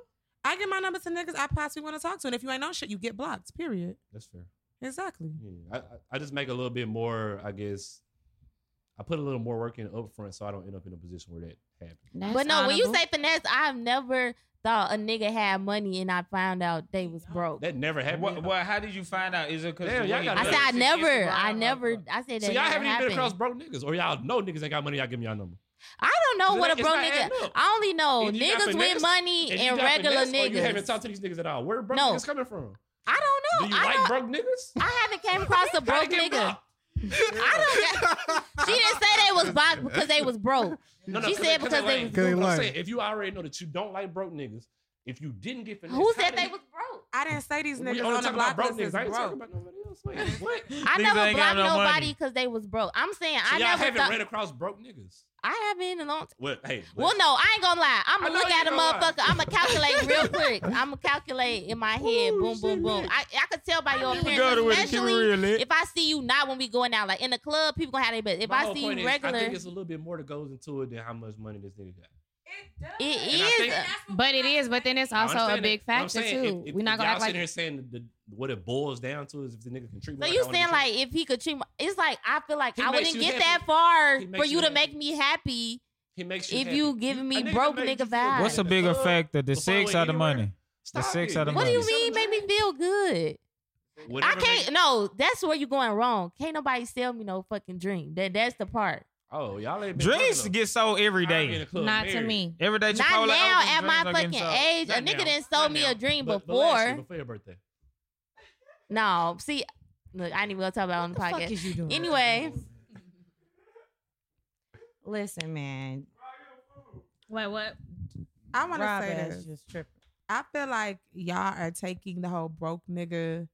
I give my number to niggas I possibly want to talk to, and if you ain't on shit, you get blocked. Period. That's fair. Exactly. Yeah, I, I- I just make a little bit more. I guess I put a little more work in upfront, so I don't end up in a position where that happens. But no, when you say finesse, I've never thought a nigga had money and I found out they was broke. That never happened. What, what, how did you find out? Is it because Damn, y'all got I said I Instagram never, I or- never, I said that. so y'all never haven't even happened. been across broke niggas, or y'all know niggas ain't got money. Y'all give me y'all number. I don't know It's what not- a it's broke not nigga. adding up. I only know Either you got niggas finesse, with money If and you got regular finesse, Or you haven't niggas. talked to these niggas at all. Where broke No. niggas coming from? I Do don't you know. I, like don't, broke niggas? I haven't came across a How broke they get nigga. blocked? I don't. She didn't say they was blocked because they was broke. No, no, 'cause She said they- 'cause because they lame. was- Because they You know what I'm lame. saying, if you already know that you don't like broke niggas, if you didn't get finesse, Who how said did they you- was broke? I didn't say these we niggas only on the talking about block broke list is niggas. I ain't talking broke. about nobody else. Wait, what? So I Niggas never ain't got blocked no money. nobody because they was broke. I'm saying I y'all never haven't thought. ran across broke niggas. I haven't in a long time. What? Hey. Well, no, I ain't gonna lie. I'm I gonna know look you at ain't a gonna lie. motherfucker. I'm gonna calculate real quick. I'm gonna calculate in my head. Ooh, boom, boom, shit, boom. Nick. I, I could tell by your Got it with appearance, it, keep it especially real, Nick. if I see you not when we going out, like in the club, people gonna have their best. If My I whole see point you is, I think regular, it's a little bit more that goes into it than how much money this nigga got. it I is. think- But it is, but then it's I also a understand big that. What I'm factor saying, too. if- if- We're not if gonna y'all act sitting like here saying the, the, what it boils down to is if the nigga can treat me. so like you I wanna be saying treated. like if he could treat, my, it's like I feel like He I makes wouldn't you get happy. that far He for makes you you to happy. make me happy. he makes you if happy. you giving me a nigga broke make you nigga feel vibes. good What's a at bigger club, factor, the before six we or the anywhere? money? Stop six it. or the What do money. you mean? Make me feel good. I Whatever can't. make- No, that's where you're going wrong. Can't nobody sell me no fucking dream. That that's the part. Oh, y'all ain't been Drinks drunk get sold every enough. Y'all be in day. the club not to married. me. Every day, Not Chipotle now open, at my drinks are getting fucking sold. age. Not a nigga now. didn't sold Not me now. a dream But- but last year, before. before your birthday. No, see, look, I need to talk about it on the fuck podcast. is you doing? Anyway, Listen, man. Wait, what? I want to Rob say ass this. just tripping. I feel like y'all are taking the whole broke nigga,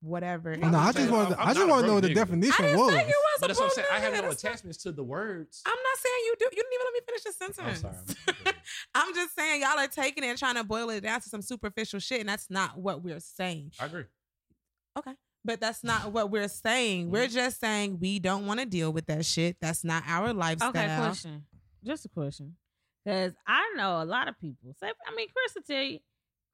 whatever. No, I just want I'm I just not want a to know broke what the nigga. I definition didn't was. say you was But a that's what broke I'm saying. I have nigga. no That's- attachments to the words. I'm not saying you do. You didn't even let me finish the I'm sentence. sorry. I'm just saying y'all are taking it and trying to boil it down to some superficial shit, and that's not what we're saying. I agree. But that's not what we're saying. We're Mm-hmm. just saying we don't want to deal with that shit. That's not our lifestyle. Okay, question. Just a question. Because I know a lot of people. Say, I mean, Chris will tell you,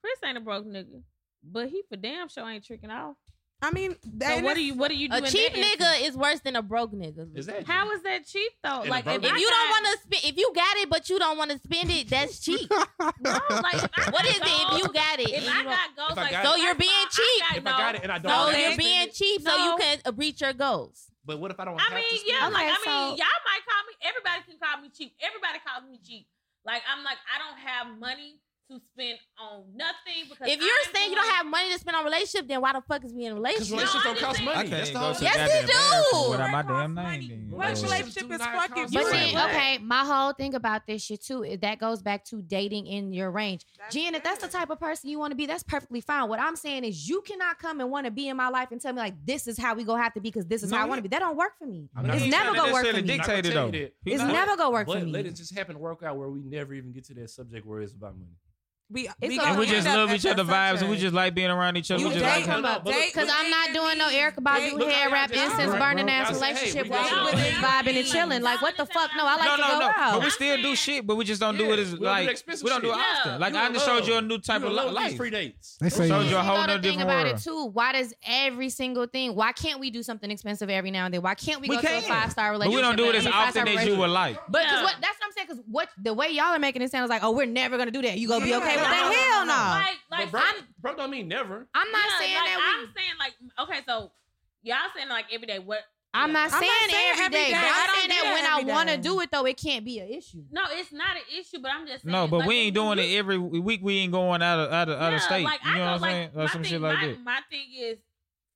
Chris ain't a broke nigga, but he for damn sure ain't tricking off. I mean, So that, what do you? What do you do? a in cheap that instance? nigga is worse than a broke nigga. Is that How is that cheap though? And a like broke if I you don't want to spend, if you got it but you don't want to spend it, that's cheap. to, no, like if I what got is it if you goals- got it? If and I you don't- got goals, If I like got So first you're of being all, cheap. I If I got it and I don't, so want to you're spend being it, cheap, so No. you can uh, reach your goals. But what if I don't? I have to mean, spend yeah, it? like I Okay, mean, so- y'all might call me. Everybody can call me cheap. Everybody calls me cheap. Like I'm like I don't have money to spend on nothing because If you're I'm saying you going- don't have money to spend on relationship, then why the fuck is we in a Because relationships relationship? No, I'm don't just cost saying- money. I can't That's the go whole to Yes, goddamn they do. bathroom without my That costs damn money. name. then. Relationship Relationship do is not fucking. cost But Right. then, okay, my whole thing about this shit too is that goes back to dating in your range. That's Jen, if that's the it. type of person you want to be, that's perfectly fine. What I'm saying is you cannot come and want to be in my life and tell me like this is how we gonna have to be because this is No, how I yeah. want to be. That don't work for me. I'm not It's gonna never tell you gonna work necessarily for necessarily me. dictate Not dictated though. gonna tell you that. It's But- never gonna work for But me. let it just happen to work out where we never even get to that subject where it's about money. we, It's we a- gonna And we Don't just end up love at each that other vibes, and we subject. just like being around each other. You We just like date him No, no, up, but date look- Cause I'm not doing no Erica Badu Look, hair I wrap, just- incense Right, burning bro. ass I said, hey, relationship we where just- I'm with this vibing and chilling. Like what the fuck? No, I like no, to no, go no. But we out. still do shit, but we just don't do Yeah, it as we don't do like the expensive we don't do it shit. Yeah. often. Like You I in just love. showed you a new type You in of li- love with these life. free dates. They say Showed you a You whole know the nother thing different about world. it too. Why does every single thing? Why can't we do something expensive every now and then? Why can't we, We go to a can. five star But we relationship? don't do it as and a five-star often as you relationship? would like. But because Yeah. what that's what I'm saying. Because what the way y'all are making it sound is like, oh, we're never gonna do that. You gonna be okay with Yeah. that? Hell no. Like, But like bro, I'm bro, don't mean never. I'm not yeah, saying like, that we. I'm saying like okay, so y'all saying like every day what? I'm not I'm saying, not saying every every day. day. but I I'm don't saying do that that when every I want to day. do it though, it can't be an issue. No, it's not an issue, but I'm just saying, No, but like, we ain't when doing you- it every week. We ain't going out of out of, out of state. Like, you know I what go, I'm saying? like, Like my some thing, shit like my, that. My thing is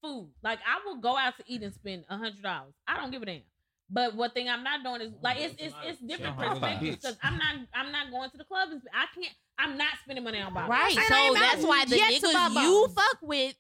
food. Like I will go out to eat and spend a hundred dollars. I don't give a damn. But one thing I'm not doing is like it's it's, it's different Sound like a perspectives bitch. because I'm not I'm not going to the club and sp- I can't I'm not spending money on bottles. Right. Ain't So nothing that's about why the yet to niggas my you bones. fuck with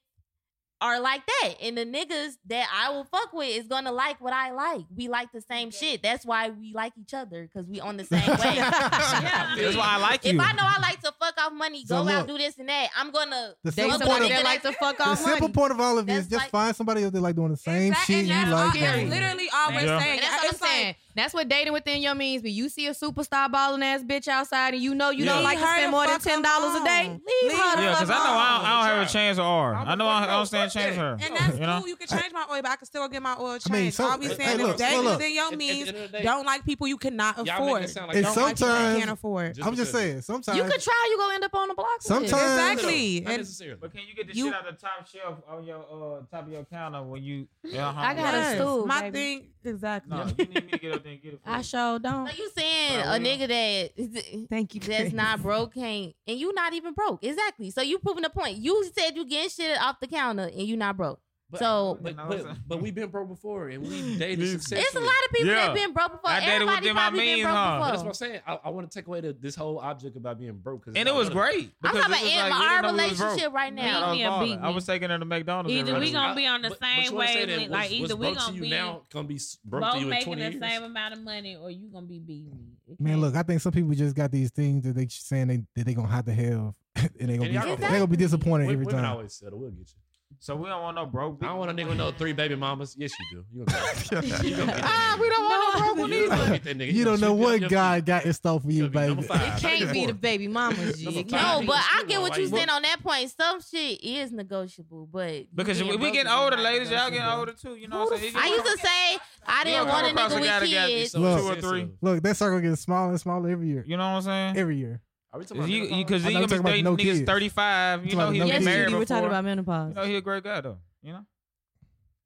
are like that. And the niggas that I will fuck with is gonna like what I like. We like the same shit. That's why we like each other, because we on the same way. Yeah. That's why I like If you. I know I like to fuck off money, So go out, look, do this and that, I'm gonna Well, the They simple but point somebody of, nigga, that like to fuck the off simple money. point of all of it That's is just like- find somebody else that's like doing the same Exactly, shit and you that's like. all- doing. That's literally always Yeah. saying. And that's what I'm It's like, saying. that's what dating within your means. But you see a superstar balling ass bitch outside, and you know you Yeah. don't like to Leave her spend the more than fuck ten dollars a day. alone. Leave, Leave her. the her. yeah, because I know I don't, I don't have a chance of R. I know I, I don't stand a chance of her. And that's you know? cool. You can change my oil, but I can still get my oil changed. so- All we hey, saying is look, dating well, look. within your At- at the means. end of the day, don't like people you cannot y'all make afford. it sound like And y'all don't like people you sometimes- can't afford. just I'm just because- saying, sometimes You could try. You gonna end up on the block. with it. Sometimes- Exactly. Not And- necessarily. But can you get the You- shit out the top shelf on your uh, top of your counter when you? Yeah, I got a Yes. stool, My baby. thing, exactly. No, you need me to get up there and get it. For I you. sure don't. So you saying Bro, a we- nigga that Thank you. that's not broke can't and you not even broke. Exactly. So you proving the point. You said you getting shit off the counter and you not broke. But- So- but, but, but we've been broke before and we dated successfully. It's a lot of people Yeah. that been broke before. I dated Everybody within my probably been means, broke huh? But before. that's what I'm saying. I, I want to take away the, this whole object about being broke. 'cause and it it's was not- great. I'm because it talking was like, about in you didn't our know we was broke. relationship right Yeah, Beat now. I was me or balling. beat I me. was taking her to McDonald's. Either every we day. gonna be on the But- but you same wanna say that wavelength. Like what's- what's either we broke to gonna you be now gonna be s- broke to both you in making 20 the years. same amount of money, or you gonna be beating me. It Man, can't- look, I think some people just got these things that they saying they that they gonna have to have, and they gonna be y'all- they gonna be disappointed Wo- every women time. always settle. We'll get you. So we don't want no broke. I don't want a nigga with no three baby mamas. Yes, you do. You gonna get you gonna get Ah, we don't want no broke one You either. gonna get that nigga. You don't know You'll be what up- God got in store for you'll you, be number baby. five. It can't be the baby mama's G. Number It five. can't No, be. but I Why get what you- you saying on that point. Some shit is negotiable, but Because being we, we broke getting is older, not ladies. Y'all getting negotiable. older too. You know what I'm saying? I used to say I didn't come want a across a nigga guy that with gotta be kids. so- Look. two or three. Look, that circle gets smaller and smaller every year. You know what I'm saying? Every year. Are we talking about You menopause? because I he know gonna we're be talking about dating no niggas kids. 35. You Talking know about he no been kids. married We're before. talking about menopause. You know, he a great guy though. You know.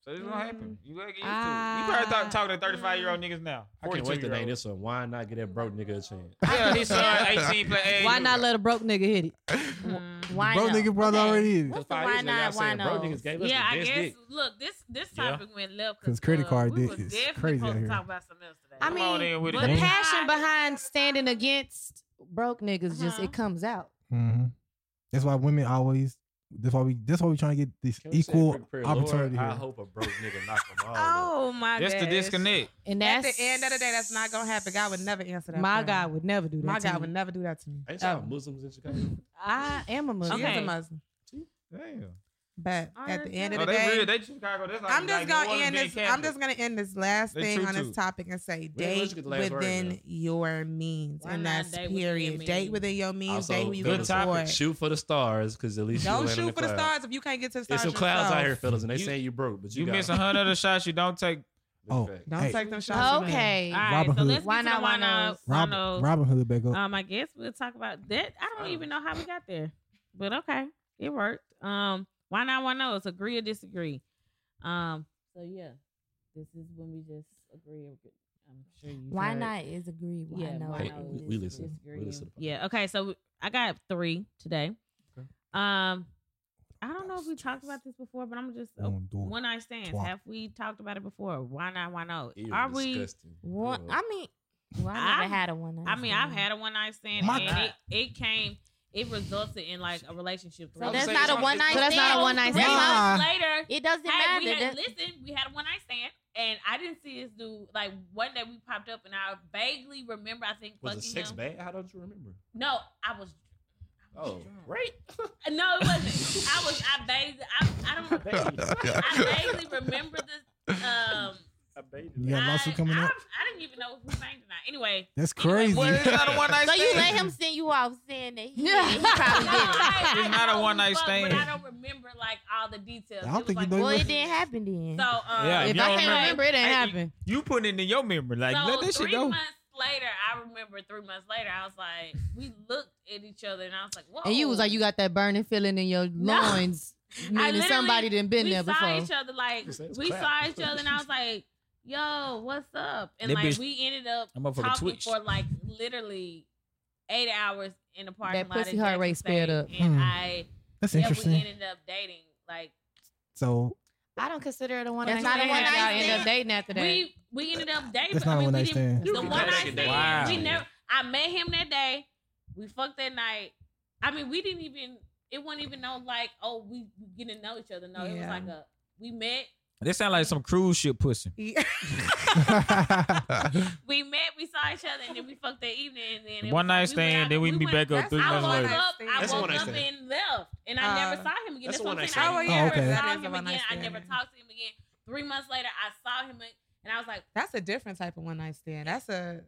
So this is gonna happen. You gotta get used to it. You Ah. probably talk, talk to 35 year old niggas now. I can't wait to 42-year-old. name this one. Why not get that broke nigga a chance? Yeah, his son 18 play. AAU. Why not let a broke nigga hit it? Mm. Why Bro, not? nigga, brother Okay. already is. What's the Five why years ago, y'all not? Why saying not? broke niggas gave us Yeah, the I best guess. dick. Look, this this Yeah. topic went left 'Cause credit uh, card we dick was is definitely crazy supposed out to here. Talk about something else today. I Come on mean, in with it, the man. passion behind standing against broke niggas just Uh-huh. it comes out. hmm That's why women always. That's why we. That's why we trying to get this Can we say a equal quick prayer? Lord, opportunity. I here. hope a broke nigga knock them all. up. oh my That's the gosh. disconnect. And At that's the end of the day, that's not gonna happen. God would never answer that. My prayer. God would never do that. My to God you. would never do that to me. Ain't y'all Oh. Muslims in Chicago? I am a Muslim. She is Okay. a Muslim, Damn. but Oh, at the that's end good. of Oh, the they day, real. They Chicago. That's like, I'm just like New gonna Orleans end being this. I'm Catholic. just gonna end this last They thing true on too. this topic and say We ain't let you date get the last word within in. your means, Why and not that's date within your period. Date means? within your means. Also, date what you good can topic. afford. Shoot for the stars, because at least you Don't land on shoot for the cloud. stars if you can't get to the stars. There's some clouds out yourself. here, fellas, and they You- saying you broke, but you, You got miss a hundred of the shots you don't take. Oh, Fact. Don't hey, take them shots. with me. okay. All right, Robin so Hood. let's Why get to not? the Why one not? of Robin, Ronald's. Robin Hood back up. Um, I guess we'll talk about that. I don't even know how we got there, but okay, it worked. Um, why not? Why not? It's agree or disagree. Um, so yeah, this is when we just agree. or- I'm sure you. Why not is agreeable. Yeah, I know. why Hey, not? we, it's- we listen. it's We listen. to Yeah. Okay. So I got three today. Okay. Um, I don't know if we talked about this before, but I'm just oh, Don't do it. one night stands. Twa. Have we talked about it before? Why not? Why not? Ew, Are we? disgusting. One, Ugh. I mean, well, I I'm- never had a one. I mean, I've had a one night stand, My and it, it came. It resulted in like a relationship. So three that's months not a one night. So that's not a one night stand. Nah. later. It doesn't I, matter. we had, That- listen, we had a one night stand, and I didn't see this dude. Like one day we popped up, and I vaguely remember. I think Was fucking it sex him. bad? How don't you remember? No, I was. I was Oh, drunk. right. No, it wasn't. I was. I vaguely. I, I don't. I vaguely remember this. Um, I baited You got a I- lawsuit coming I, up? I didn't even know who sang tonight. Anyway, That's Anyway, crazy. Well, it's not a one night so stand. you let him send you off saying that he, Yeah. he probably no, did it. I- I It's not a know who one-night fuck, stand. But I don't remember like all the details. I don't It was think you like, know Well, it didn't happen then. So um, Yeah, If y'all I can't remember- remember, it ain't Hey, happen. You putting it in your memory. Like, so let that three shit go. months later, I remember three months later, I was like, we looked at each other, and I was like, whoa. And you was like, you got that burning feeling in your No. loins. Meaning literally- somebody didn't been we there saw before. each other like Just say it's we clap. saw each other, and I was like, yo, what's up? And That like bitch- we ended up I'm up for the talking twitch. for like literally eight hours in the parking That lot. at pussy heart rate Jackson sped State, up. and Hmm. I That's yeah, we interesting. ended up dating. Like So I don't consider it a one That's not a stand. one-night Y'all end stand. up dating after that. we we ended up dating. that's I not a mean, one we night didn't- stand. The You one can night take it stand. down. We Wow. never. I met him that day. We fucked that night. I mean, we didn't even. It wasn't even no like, oh, we we getting to know each other. No, it was Yeah. like a we met. This sound like some cruise ship pussy. Yeah. we met, we saw each other, and then we fucked that evening. And then it One was like, night we went stand, out- then we meet went- back up that's three how I months long woke later. up, I That's a woke one-night up stand. and left, and I Uh, never saw him again. that's That's a what I'm one-night saying. I stand. Oh, never yeah, saw that is a him one-night again. I never stand. talked to him again. Three months later, I saw him, and I was like, That's a different type of one night stand. That's a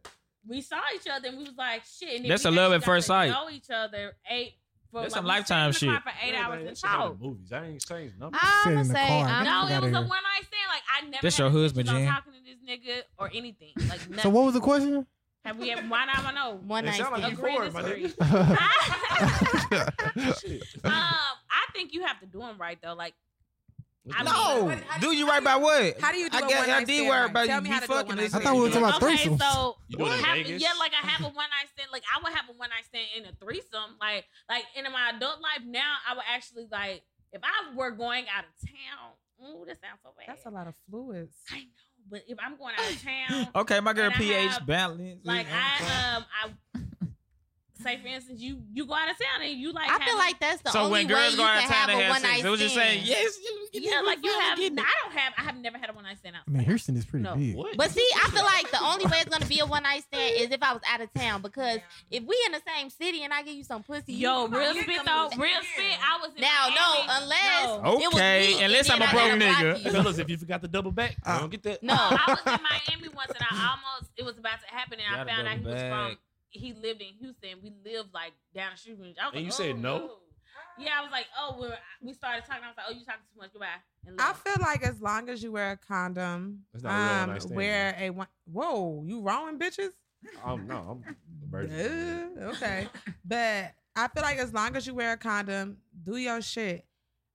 we saw each other, and we was like, shit. And then That's we a love actually at got first to sight. Know each other eight. For That's like, some we sat in lifetime the car shit. For eight hours and That's shit out talk. of movies. I ain't exchanged numbers. Sit in I'm the say car. I'm No, Fuck it outta was a one here. night stand. Like I never. That's had your intentions husband, on Jen. Talking to this nigga or anything. Like nothing. so what was the question? Have we ever? Why not? oh? I know. One It night sound like stand. you Agree bored, to my three. nigga. um, I think you have to do them right though. Like I No, mean, do you right by what? How do you do I a guess I one-night did stand, worry Mike? about Tell you. me be how to do a fucking this. one-night I thought we were talking nigga. about okay, threesomes. so You doing it in have- Vegas? yeah, like I have a one night stand. Like I would have a one night stand in a threesome. Like like in my adult life now, I would actually like if I were going out of town. Ooh, that sounds so bad. that's a lot of fluids. I know, but if I'm going out of town, Oh, Okay, my girl And I pH have- balance. like I um I say for instance, you you go out of town and you like I feel have- like that's the So only when way girls you go out can of town have to a have one night sex, they was just saying yes. yeah, like you have. I don't have. I have never had a one night stand out. I mean, Houston is pretty No. big. What? But see, I feel like the only way it's gonna be a one night stand is if I was out of town because if we in the same city and I give you some pussy, you Yo, probably real get spit some though. of this. Real spit. I was in Now, no, Miami. unless No. it was Okay, me, unless and I'm a then I broke gotta nigga. block you. fellas, if you forgot the double back, I Ah. don't get that. No, I was in Miami once and I almost it was about to happen and I Gotta found out he go was from back. he lived in Houston. We lived like down the street from each other. I was like, And you said oh, no? Yeah, I was like, oh, we're, we started talking. I was like, oh, you talking too much. Goodbye. And I left. feel like as long as you wear a condom, That's not a real um, one-night stand, wear a one. Whoa, you wrong, bitches. I'm, Oh, no, I'm a virgin. Duh, okay, but I feel like as long as you wear a condom, do your shit.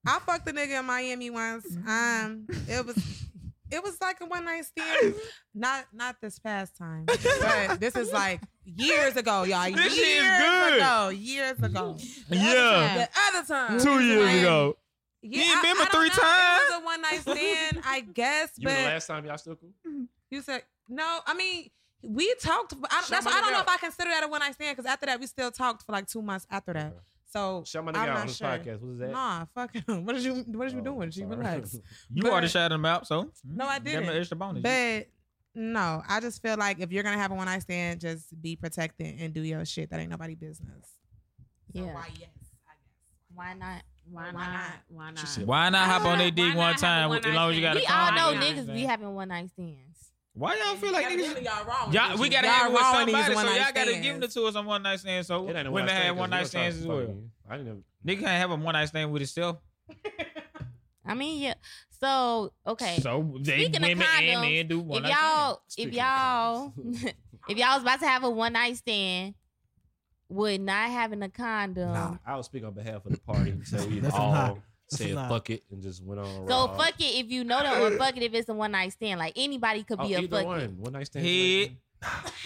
I fucked a nigga in Miami once. Um, it was. It was like a one night stand, not not this past time, but this is like years ago, y'all. This years shit is good. ago, years ago. Yeah, The other time, two years ago. Yeah, You ain't I- been I but don't three know. times? It was a one night stand, I guess. You but mean the last time y'all still cool? you said no. I mean, we talked. but I, don't- Shout that's why I my don't nigga know if I out. consider that a one night stand because after that we still talked for like two months after that. Okay. So Shout my I'm nigga out not on this sure. podcast. What is that? nah, fuck him. What is you? What is you Oh, doing? She sorry. relax. You But- already shouted him out, so No, I Give him didn't. an extra bonus. But no, I just feel like if you're gonna have a one night stand, just be protected and do your shit. That ain't nobody business. So Yeah. why yes? I guess. Why not? why, why not? not? Why She not? said, Why not hop on Why their dick not one have a time one-night as long as you got stand? a We phone? all Why know not? niggas be having one night stands. Why y'all feel like niggas? y'all wrong. Y'all, we gotta Y'all have it with wrong in somebody, these so y'all one-night gotta give stands. them the to us on one night stand. So It ain't a women one-night have stand, one night 'cause we don't stands as talk to well. fucking you. I didn't even. Nigga can't have a one night stand with itself. I mean, yeah. So okay, So they Speaking of women condoms, and men do one if night y'all, if Speaking of y'all, condoms. if y'all was about to have a one night stand, would not having a condom. Nah. I'll speak on behalf of the party and say we That's all not- said Nah. fuck it and just went on. So fuck it if you know them, or fuck it if it's a one night stand. Like anybody could Oh, be a either fuck. one. One night stand. Head.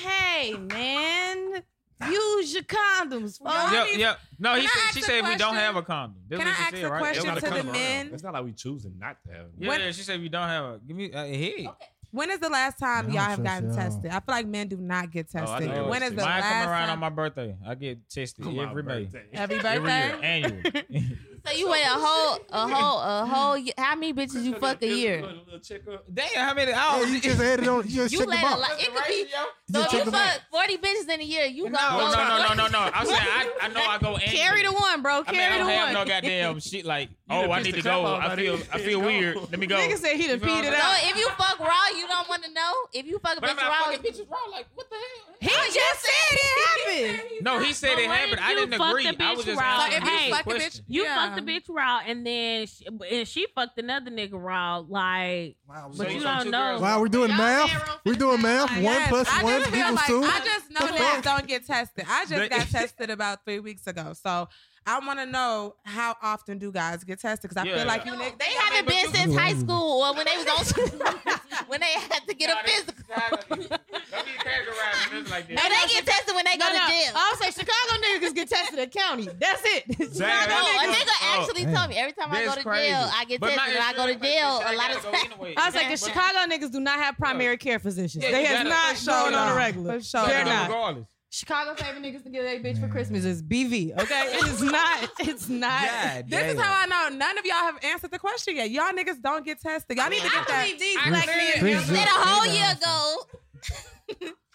Hey man, use your condoms. Yo, Fuck. I Yep, mean, yep. No, he can I said, ask she a said if we don't question? have a condom. That's Can what I she ask said, a right? It's question not to a the condom. men? It's not like we choosing not to have. it. Yeah, When- yeah, she said if you don't have a, give me a head. When is the last time Yeah, y'all I'm have sure gotten so. tested? I feel like men do not get Oh, I tested. know. when is the Mine Mine last come around time? on my birthday. I get tested On my every May. birthday. Happy Every year, birthday. annual. So you wait a whole, a whole, a whole. ye- How many bitches you fuck a year? Little checkup. Damn, how many hours? Oh, you just added on. You just You check the let a lot. box. It could be. You So if check you the box. fuck forty bitches in a year, you no, gonna no, go no, no, to- no, no. I'm saying I, I know I go annually. Carry the one, bro. I mean, I Carry don't the have one. no goddamn shit like, oh, done I pissed need the to go. cup off I already. feel, I feel It's weird. gone. Let me go. Nigga said he done You feel peed what it I'm So out. if you fuck raw, you don't want to know. If you fuck a But I bitch mean, I raw, fucking bitch bitches wrong. Like, what the hell? He just said it happened. No, he said But it what happened. if I you didn't fucked agree. the I bitch was just raw? asking If you a fucked the question. You Yeah. fucked the bitch raw, and then she, and she fucked another nigga raw. Like, Wow, So but you some don't two know. girls- Wow, we doing Y'all had math. room for We the doing math. One sound like- Yes, plus I one just feel equals like- two. I just know The that fuck? don't get tested. I They- just got tested about three weeks ago, so I want to know how often do guys get tested? Because I Yeah, feel like yeah. you niggas. They haven't been since high school or when they was on school. when they had to get Nah, a they- physical. nah, Don't be categorizing this like No, that. they get tested when they go No, to no. Oh, jail. I was like, Chicago niggas get tested at county. That's it. Damn. No, a nigga Oh, actually damn. told me every time I go That's to crazy. jail, I get But my tested. When I go to insurance jail, said a I lot gotta of go times. anyway. I was like, Yeah, the but- Chicago niggas do not have primary care physicians. Yeah, they you has gotta- for not shown sure. on the For regular. sure. They're not. Regardless. Chicago favorite niggas to give their bitch for Man. Christmas is BV. Okay, it's not. It's not. God This is damn. how I know none of y'all have answered the question yet. Y'all niggas don't get tested. Y'all need to get I that. believe these I black agree. men. Chris Said a whole year ago.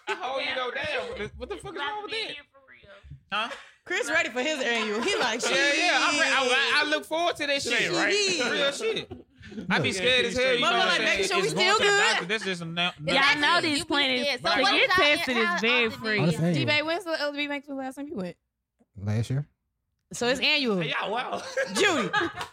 I hold you though down. What the- What the fuck is wrong with that? Huh? Chris ready for his annual. He like, Yeah, shit. yeah. I'm re- I, I look forward to that shit. ain't right. It's Real shit. I be Yeah, scared as hell. You know Mama what I'm like, saying? make sure we It's going still to the good. doctor. That's just some. na- Yeah, I Exactly. know You these be plenties. scared. To what get y'all- tested is how very often do free. you- Oh, that's G annual. Bay, when's the LB Max the last time you went? Last year. So it's annual. Yeah, wow. Judy,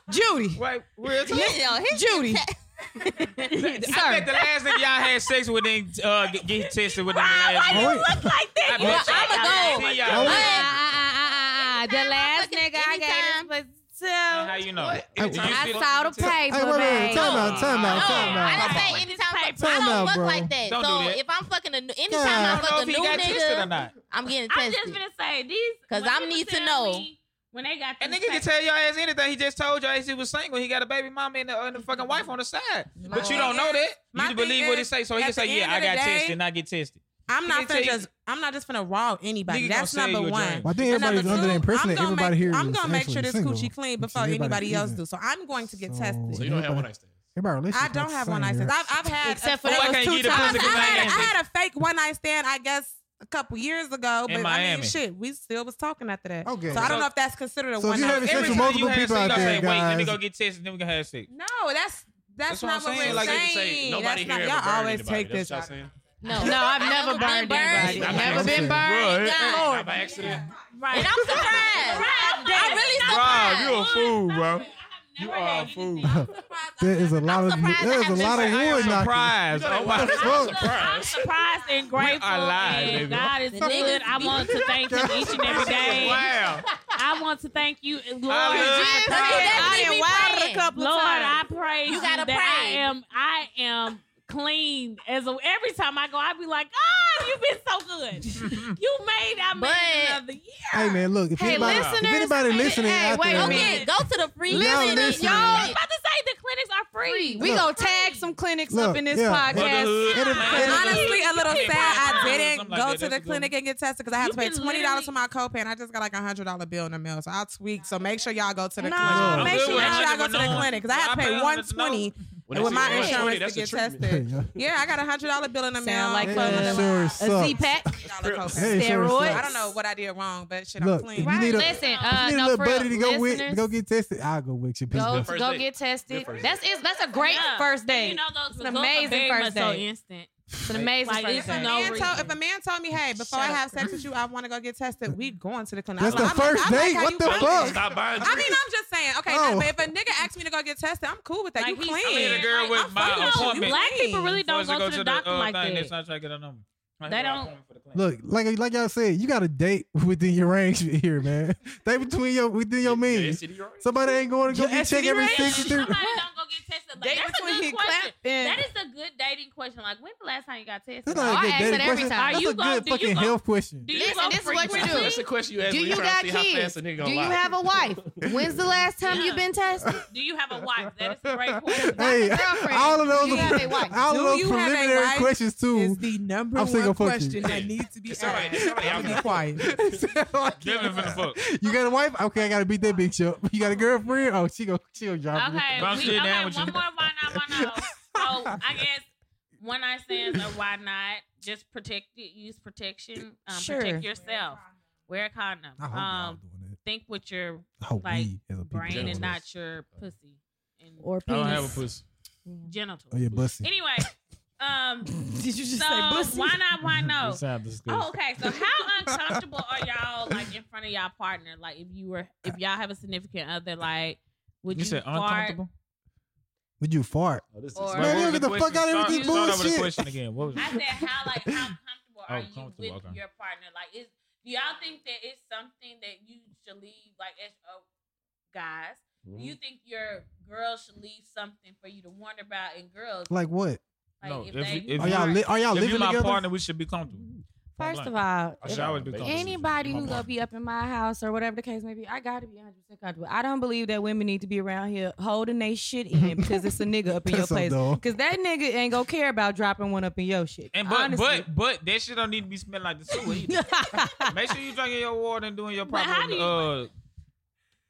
Judy, Wait, real talk. Yo, his- Judy. I Sir, bet the last nigga y'all had sex with didn't uh, get, get tested with. Wow, why you look like that? I bet Well, I'ma y'all- go. I guarantee Oh, y'all. yeah. Ah, ah, ah, ah, ah. the last nigga I Anytime. gave it to. How you know? I saw the Hey, wait, paper, wait, wait. babe. Time out. Time No, out. Time I out. didn't Come say anytime. I Time don't out, fuck bro. like that. Don't so do that. if I'm fucking a new, anytime I Yeah. I fuck a don't know new if he got tested or nigga, not. I'm getting I'm tested. just gonna say these 'Cause when I people need to tell know. me when they got And these nigga can tests- tell your ass anything. He just told your ass he was single. He got a baby mama and a, and a fucking wife on the side. But you don't know that. My You believe thing what he is, say. So he at can say, the yeah, end I of the got day- tested and I get tested. I'm Nigga not tell finna you- just. I'm not just finna raw anybody. Nigga That's gonna sell number you a one. dream. Well, I think And everybody's number under the two, impression I'm that gonna everybody make, here I'm is gonna make sure actually this single, coochie clean which is before anybody everybody else isn't. do. So I'm going to get So- So tested. you don't have one night stands. Everybody listening. I don't have one night stands. I've, I've had Except for a Well, I that was can't two get a times. pussy I Because I had, ain't I had a fake one night stand, I guess, a couple years In ago. But I mean, Miami. shit, we still was talking after that. Okay. So I don't So- know if that's considered a So if one you night having sex stand. time with multiple you have people sex, you out say, there, wait, let me guys. go get tested, then we gonna have sex. No, that's that's, That's what not I'm what, saying. we're Like, you saying. can say Nobody that's here not, ever y'all burned always anybody. take this. That's what y'all saying? no, No, I've never been burned anybody. Not by Never been accident. burned. Bruh, God. Not by accident. right. And I'm surprised. I'm really surprised. you a fool, bro. You are a fool. There is a lot of surprised I there is a haven't lot of seen I am wood knocking. surprised. Oh my What the fuck? I'm surprised and grateful. alive, and baby. God is Niggas good. I be- want to thank Him each and every day. Wow. I want to thank you, Lord. love you. I But pray- you definitely I be done wired praying. a couple Lord, I times. praise you. You gotta that I pray. am. I am clean. As a, every time I go, I be like, God, you've been so good. you made I made But- another year. Hey man, look, if Hey, anybody if listeners, anybody hey, listening hey, out wait a there, minute. Okay, go to the free Listen, clinic. listen. I was Y'all, about to say the clinics are free. We gonna tag some clinics Look, up in this yeah. podcast. It'll- I'm honestly a little Yeah, sad I probably didn't something like go that. to That's the a good clinic and get tested because I had You to pay can twenty dollars for literally- my copay and I just got like a hundred dollar bill in the mail. So I'll tweak. So make sure y'all go to the No, make clinic. Make sure sure y'all y'all go to the know. clinic because I had to Y'all pay pay one twenty When with they my see you, insurance that's to a get treatment. tested. Yeah, I got a hundred dollar bill in the mail. Sound like Like That fun. $100 insurance A sucks. Z-Pack. copay. That insurance Steroids. sucks. I don't know what I did wrong, but shit, I'm Look, if clean. you need a, if Listen, uh, you need a no, little for buddy to real, go with listeners, to go get tested, I'll go with you. Peace, Go, bro. first go date. get tested. Good first That's it's, that's a great Yeah. first date. You know those It's results an amazing are amazing very first much so date. instant. It's an amazing Like, first it's date. no man reason. told, if a man told me, hey, before I Shut up. have sex with you, I want to go get tested, we going to the clinic. That's I'm the like- I'm first like, I like date. how What you the clean. fuck? Stop buying I mean, I'm just saying, okay, Oh. no, but if a nigga asks me to go get tested, I'm cool with that. Like, you he's clean. clean. a girl with I'm my fucking with you. appointment. Black people really don't Supposed go to the doctor uh, like thing, that. That's not trying to get a number. They don't- Look, like like y'all said, you got to date within your range here, man. They between your within your means. Somebody ain't going to go Your get checked STD every range? six Somebody don't through. go get tested. Like, that's a good question. That is a good dating question. Like, when's the last time you got tested? That's Oh, not I a good ask dating it every question. time. Are That's you a gonna- good do you fucking go- health question. do you Listen, go this is what you frequently? do. That's the question you asked. Do when you trying to got see how kids? fast a nigga Do gonna you lie. have a wife? When's the last time Yeah. you've been tested? Do you have a wife? That is a great question. Hey, girlfriend. all of Do those, you have a wife? all Do of those you have a preliminary wife? questions Is too. the number I'm single, one fuck you. question that needs to be asked. Somebody- somebody out be there. quiet. Definitely finna fuck. You got a wife? Okay, I gotta beat that bitch up. You got a girlfriend? Oh, she go, she gonna drop you. Okay, Bounce we, it okay down with one you. more why not, why not. So I guess one night stands or why not? Just protect use protection. Um, Sure. Protect yourself. Wear a condom. I hope y'all Um, doing that. think with your I hope like, we as a people brain doing and that. not your pussy and Or I penis. don't have a pussy. genitals. Oh yeah, bussy. Anyway, um, Did you just so say pussy? why not? Why no? It sounds disgusting. Oh, okay. So how uncomfortable are y'all like in front of y'all partner? Like if you were, if y'all have a significant other, like would you, You said fart? uncomfortable? Would you fart? Oh, this is- Or- Wait, what Man, was get the question? fuck out of Start- this start over the bullshit. question again. What was I said it? how like how comfortable Oh, are you comfortable, with okay. your partner? Like is do y'all think that it's something that you should leave like as uh, guys? Do Mm-hmm. you think your girl should leave something for you to wonder about? And girls, Like what? like No, if, if- they, if you- Are y'all li- are y'all If living you're my together? partner, we should be comfortable. First Blank. of all, I if should always if be comfortable. anybody My who gonna partner. be up in my house or whatever the case may be, I gotta be 100 percent comfortable. I don't believe that women need to be around here holding they shit in because it's a nigga up in Piss your up, place. dog. Because that nigga ain't gonna care about dropping one up in your shit. And but Honestly. but but that shit don't need to be smelling like the sewer either. Make sure you drinking your water and doing your But proper how do you- uh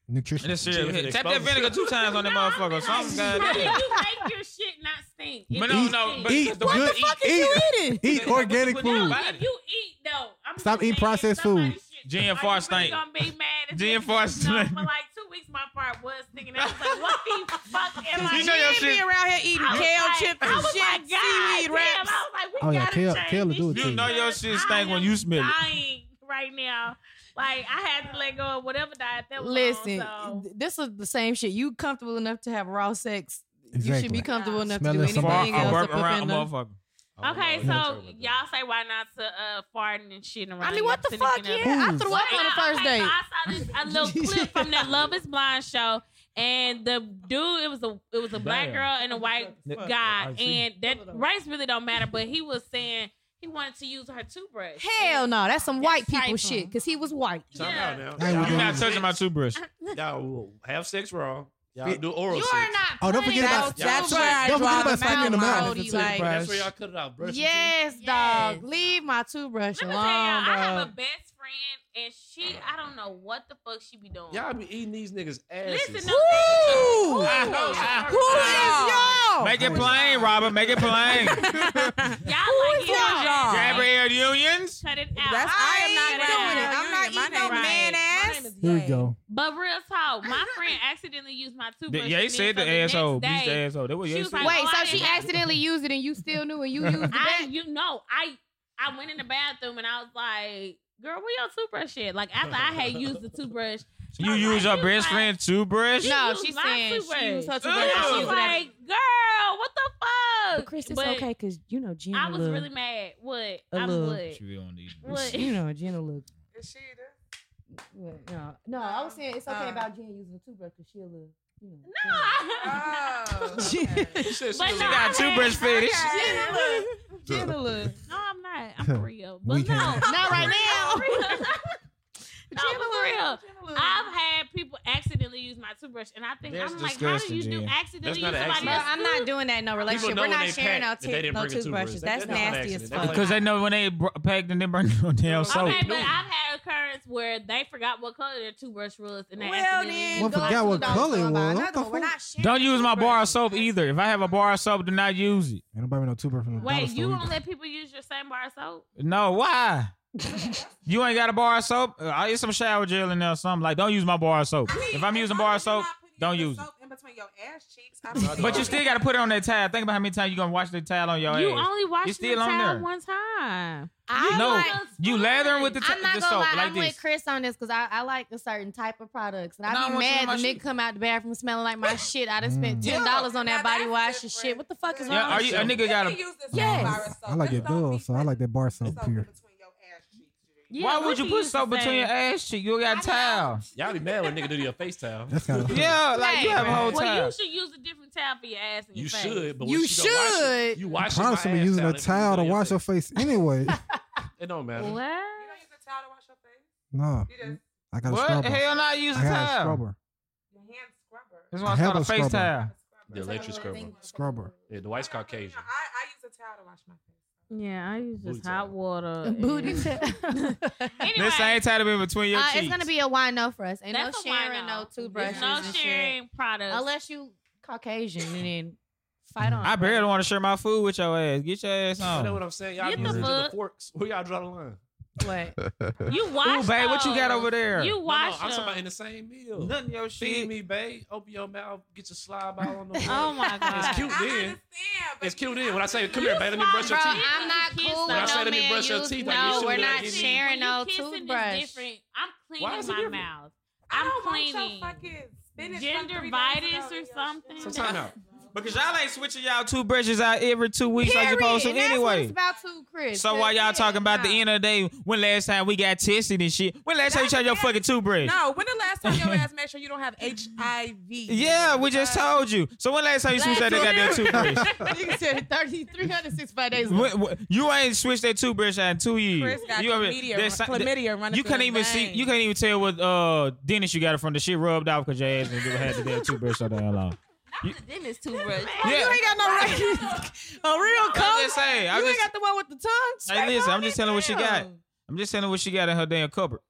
Nutrition. and it's serious. Yeah, it's Tap that explosive. vinegar two times on that motherfucker. or Something how do goddamn. you make your shit not stink? If But you no, no, stink- but Eat it's the way good- to eat. eat, eating? eat organic Put it food. in my- If you eat though, I'm Stop just saying, eating processed somebody food. should- Jen Are you Farr really stink. gonna be mad at Jen me? Farr No, stink. for like two weeks, my fart was stinking. I was like, what the fuck am I You know your eating? shit. around here eating I was kale like- chips I and was shit, like, God seaweed damn. wraps. I was like, we Oh, yeah, gotta kale- change kale will this do it shit to you. You know your shit because stank I when you am smell it. dying right now. Like I had to let go of whatever diet that was Listen, on. So. th- this is the same shit. You comfortable enough to have raw sex? You should Exactly. be comfortable Yeah. enough Smelling to do some anything fart. I else. burp up up around in a the- motherfucker. Oh, I don't know. Okay, It's not so terrible, but- y'all say why not to uh, farting and shitting around? I mean, what your the fuck? significant Yeah, other? I Ooh. threw up on the Well, first okay, date. so I saw this a little clip from that Love Is Blind show, and the dude, it was a it was a black Damn. girl and a white Fuck. guy, I see. and that race really don't matter. But he was saying he wanted to use her toothbrush. Hell no, that's some white people frightful. shit. Because he was white. Time Yeah. out now. I ain't Y'all with You're not that. have touching my sex- toothbrush. Y'all will have sex raw. Y'all Fit. do oral You sex. are not. Oh, don't putting forget out about- two That's where brushes. I Don't forget draw about the sticking in the mouth, mouth. Brody, It's a like- That's where y'all cut it out. Brush Yes, Yes. dog. Leave my toothbrush Let me alone, tell y'all, I have a dog. best friend, and she, I don't know what the fuck she be doing. Your teeth. Y'all be eating these niggas asses. Listen, no, Ooh. Who y'all? Oh, Make it plain, Robert. Make it plain. y'all like y'all? y'all. Gabrielle Unions. Cut it out. That's I am not Cut it doing it. out. I'm not eating no Right. man My ass. name is Here we Jay. go. But real talk, my friend accidentally used my toothbrush. Yeah, he and then said so the next asshole. He's the day, asshole. That was she yeah, he was said. like, Wait, Oh, I so she didn't have- accidentally used it and you still knew and you used it I, back? you know, I I went in the bathroom and I was like, "Girl, where your toothbrush at?" Like after I had used the toothbrush, You I was like, use your you best like- friend toothbrush? she No, used she's my saying toothbrush. she used her Yeah. toothbrush. I and was she used it as- like, "Girl, what the fuck?" But Chris, it's But okay because you know Gina. I was look- really mad. What? A I'm little. what? She be on these. What? You know Gina look. Is she there? what, No, no, I was saying it's okay Uh. about Gina using the toothbrush because she'll look. You know, No, I- Oh. You said But she was no, a- I Got toothbrush fetish. Okay. Gina look. no, I'm not. I'm for real. But We no, can't. Not right I'm for now. real. No, for real. I've had people accidentally use my toothbrush, and I think That's I'm like, how do you disgusting, do Jen. accidentally use That's not somebody an accident. else's Bro, I'm not doing that in no relationship. know We're when not they sharing pack our that they t- didn't no bring a toothbrushes. toothbrush. That's That's not an nasty as accident. That's fuck. like- Because they know when they br- packed and then bring no damn soap. Okay, but I've had occurrence where they forgot what color their toothbrush was, and they Well, accidentally. then. Well, Go forgot to what the color it was. doctor about another What the one. We're fuck? not sharing Don't use my bar of toothbrushes. soap either. If I have a bar of soap, do not use it. Ain't nobody with no toothbrush from the dollar Wait, store you either. don't let people use your same bar of soap? No, why? you ain't got a bar of soap? Uh, I get some shower gel in there or something. Like, don't use my bar of soap. If I'm using bar of soap, don't use it. between your ass cheeks. I don't But see But it. you still got to put it on that towel. Think about how many times you gonna wash the towel on your you ass. only watched still the on towel there. one time. I no, like- you lathering with the, t- I'm not the gonna soap lie, like I'm this. with Chris on this because I, I like a certain type of products, and No, I I be want you in mad my when shoe. nigga come out the bathroom smelling like my shit. I done Mm. spent Yeah. ten dollars on Now that body that's wash and different. shit. What the fuck is Now, wrong? are with you you? a nigga got You a? can use this Yes. sunflower soap. I like This it don't though, be so I like that bar soap putting soap in here. between your ass cheeks, G. Yeah, Why we would you can put use the soap between your same. ass cheek? You got a towel. Y'all be mad when nigga do your face towel. That's kind of Yeah, like you Right, have a right. whole Well, towel. you should use a different towel for your ass and You your face. should, but when You she gonna wash it, should. You wash it. promise to be using a towel to wash your face anyway. It don't matter. What? You don't use a towel to wash your face. Nah, You just Mm-hmm. I got a What? scrubber. Hell, not use a I got a towel. scrubber. your hand scrubber. This one's I have called a a face scrubber. towel. The electric scrubber. Scrubber. Yeah, Dwight's Caucasian. I, I use a towel to wash my face. Yeah, I use Booty just hot towel. water. and- Booty towel. Anyway, This ain't tied to be between your Uh, cheeks. it's gonna be a wine no for us. Ain't no that's a sharing, wino. no toothbrushes, no and shit. sharing products. unless you Caucasian and then fight on. I barely want to share my food with your ass. Get your ass You know on. what I'm saying? Y'all Get be the using the fuck- forks. Where y'all draw the line? what. you Ooh, wash. babe, what you got those. over there? You No, no, wash. I'm talking about them. in the same meal. Nothing your Feed shit. me, babe. Open your mouth. Get your slime out on the Oh my god. It's cute I then. understand, but It's cute you- then. When I say, come here, babe, let me brush your Bro, teeth. I'm not Kiss cool them. When I with say no let me man brush your use- teeth, like, you No, should we're let not me- sharing When no you kissing is toothbrush. different. I'm Why cleaning is it my different? mouth. I I'm don't want cleaning. your fucking spinach from Gender three days vitis or ago in your something. shit. Some time out. Because y'all ain't switching y'all toothbrushes out every two weeks like you're supposed to and that's what it's anyway. about too, Chris. So while y'all talking about the end of the day, when last time we got tested and shit, when last time you tried your fucking toothbrush? No, when the last time your ass made sure you don't have HIV? Yeah, we just Uh, told you. So when last time you switched out that goddamn toothbrush? nigga said 30, 365 days. When- when- you ain't switched that toothbrush out in two years. Chris got you already- chlamydia, there's some- chlamydia running you through can't his even see. veins. You can't even tell what uh dentist you got it from. The shit rubbed off because your ass didn't give a had the damn toothbrush all damn long. The dentist toothbrush. Yeah, You ain't got no right. a real I'm coat. just saying. You I'm ain't just, got the one with the tongue. hey, listen. I'm just telling what she got. I'm just telling what she got in her damn cupboard.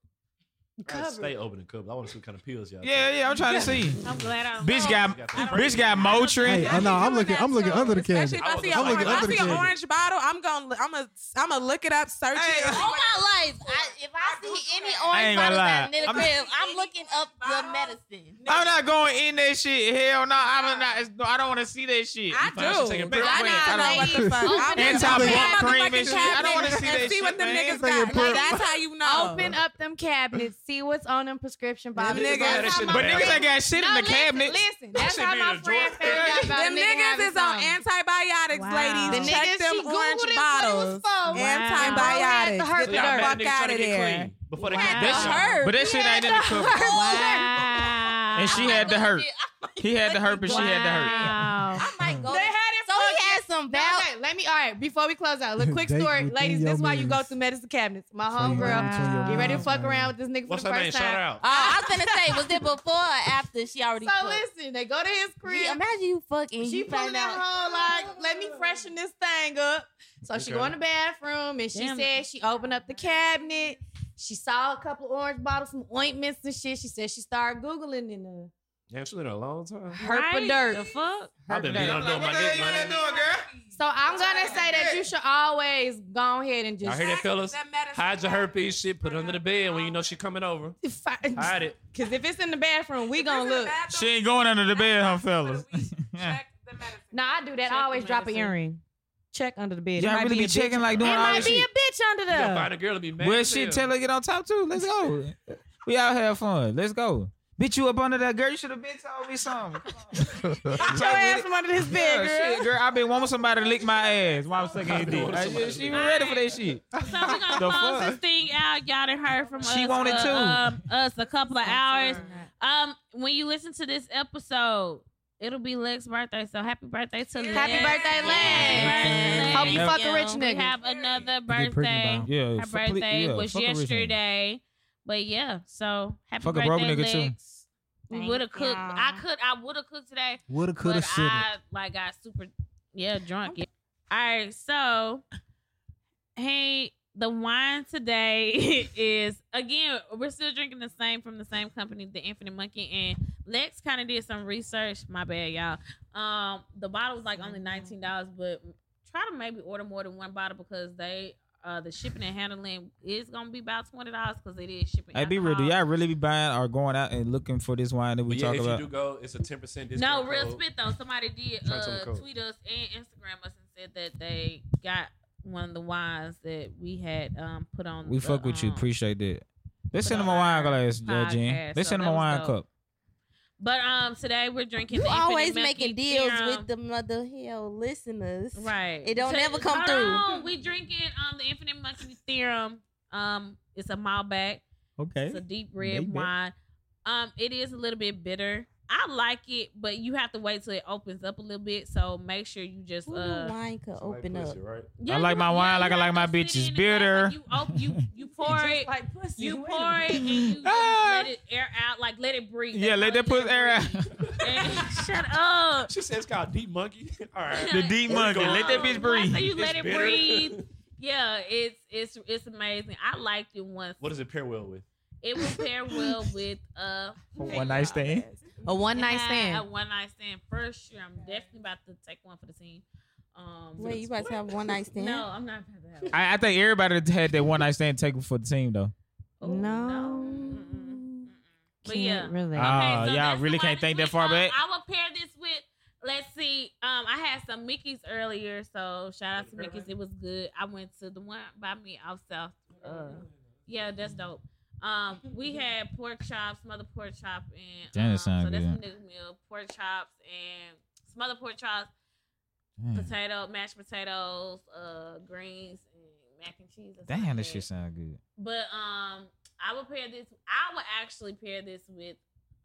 I Stay open and covered. I want to see what kind of pills y'all Yeah, take. yeah. I'm trying to see. I'm glad I'm. Bitch got, bitch got Motrin. Hey, I know. I'm looking. I'm looking under the Especially camera. I'm if I see, a looking orange, under I the see an camera. orange bottle, I'm gonna, I'm gonna, I'm gonna look it up, search Hey, it. All my life, I, if I see any I ain't gonna orange bottles lie. out in the I'm- crib, I'm looking up the medicine. I'm not going in that shit. Hell no, I don't. Not, it's- no, I don't want to see that shit. I Find some taking do, but pictures. I I don't- need to know what the fuck. I'm Anti-bump just gonna grab my cream and motherfucking shit. I don't wanna cabinet see that and See what shit, them man. niggas got. Like, that's how you Oh. know. Open up them cabinets, see what's on them prescription bottles. niggas- That's that how shit my but Yeah. niggas ain't got shit in No, the listen, cabinets. Listen, that's shit how be my in the drawer. friend found out about Them a nigga having niggas is on something. antibiotics, Wow. ladies. The Check niggas she them Googled orange it, what bottles. it was for. Antibiotics. Wow. Get So the y'all mad fuck niggas trying out to of get there. clean before they Wow. get That that But that shit ain't in the cupboard. Wow. And she had the herpes. He had the herpes. She had the herpes. Wow. I might go. They had it. So he had some No, bad. okay, let me. All right, before we close out, look, quick Date story, within ladies. your This is why you go means. through medicine cabinets. My Between your- homegirl, between your get ready to meals, fuck man. around with this nigga for What's the her name? first Shout her time. out. Oh, I was gonna say, was it before or after she already? So fucked? listen, they go to his crib. Yeah, imagine you fucking. She you pulling find that out. whole like, let me freshen this thing up. So she Okay. go in the bathroom and she Damn. said she opened up the cabinet. She saw a couple orange bottles, some ointments and shit. She said she started googling in the Damn, she's been there a long time. herp Right? of dirt. The fuck? I've been doing Like, my what the hell dick, you in man. there doing, girl? So I'm gonna say that you should always go ahead and Y'all just hear that, fellas? That medicine Hide your herpes shit. Put it under the bed when you know she coming over. Hide it. because if it's in the bathroom, we gonna look. She ain't going under the bed, huh, fellas? Check the medicine. No, I do that. I always drop an earring. Check under the bed. It Y'all might really be be a bitch. checking like doing It all might this be shit. a bitch under You gonna there. find a girl to be mad. Well, as shit, hell. tell her get on top too. Let's go. we out here having fun. Let's go. Bitch, you up under that girl. You should have been told me something. Get your ass from under his bed, girl. Yeah, shit, girl. I've been wanting somebody to lick my ass while I'm sucking his dick. Like, she- she been ready for that shit. So we're gonna The close fuck? this thing out. Y'all done heard from us. She wanted uh, to. Um, us a couple of hours. Um, when you listen to this episode, it'll be Lex's birthday. So happy birthday to Lex. Happy birthday, Lex. Lex. Hope you Thank fuck a rich We nigga. have another get pregnant birthday. by Yeah, Her birthday was yesterday. But yeah, so happy Fuck a birthday, broke nigga, Lex. too. We Thank would have cooked. y'all. I could. I would have cooked today. Woulda, coulda, But shoulda. I like got super yeah drunk. yeah. All right, so hey, the wine today is again we're still drinking the same from the same company, the Infinite Monkey, and Lex kind of did some research. My bad, y'all. Um, the bottle was like only nineteen dollars, but try to maybe order more than one bottle because they Uh, the shipping and handling is gonna be about twenty dollars because it is shipping. Hey, be real. Do alcohol. y'all really be buying or going out and looking for this wine that we But yeah, talk if about? you do go, it's a ten percent No, discount. real code. spit though. Somebody did Try some uh, Coke. tweet us and Instagram us and said that they got one of the wines that we had um put on. We the, fuck with you. um, Appreciate that. Let's but send them a on wine our glass, uh, Jen. podcast, Let's so send them that a was wine dope. cup. But um, today we're drinking. You the Infinite always Milky making deals Serum. with the mother hell listeners. Right. It don't So- never come hold through. on. We drinking um the Infinite Monkey Theorem. Um, it's a Malbec. Okay. It's a deep red Malbec. wine. Um, it is a little bit bitter. I like it, but you have to wait till it opens up a little bit. So make sure you just Who uh. the wine could Somebody open puts up? it, right? yeah, I like you- my yeah, wine you like I have like to my sit bitches in the glass, bitter. like you, op- you you pour it. like pussy. You Wait a pour it minute. and you just Ah. let it air out, like let it breathe. Yeah, let how that you pussy air out. breathe. And- Shut up. She said it's called Deep Monkey. All right. The deep It's monkey. Let that gone. bitch So breathe. you let It's it bitter. breathe. Yeah, it's it's it's amazing. I liked it once. What does it pair well with? It will pair well with uh One night stand. A one I night had stand. A one night stand first year. I'm definitely about to take one for the team. Um, Wait, you about to have one night stand? no, I'm not about to have. one. I, I think everybody that had that one night stand taken for the team though. Oh, No. Mm-mm. Mm-mm. But yeah. Can't relate. Uh, Oh, y'all that's the really one can't think this that far week. back? Um, I will pair this with. Let's see. Um, I had some Mickey's earlier, so shout out to Mickey's. It was good. I went to the one by me off south. Uh, yeah, that's dope. Um, we had pork chops, smothered pork chop, and Damn, that um, sound so that's good. a new meal. Pork chops and smothered pork chops, Hmm. potato, mashed potatoes, uh, greens, and mac and cheese. or something Damn, like this shit sound good. but um, I would pair this. I would actually pair this with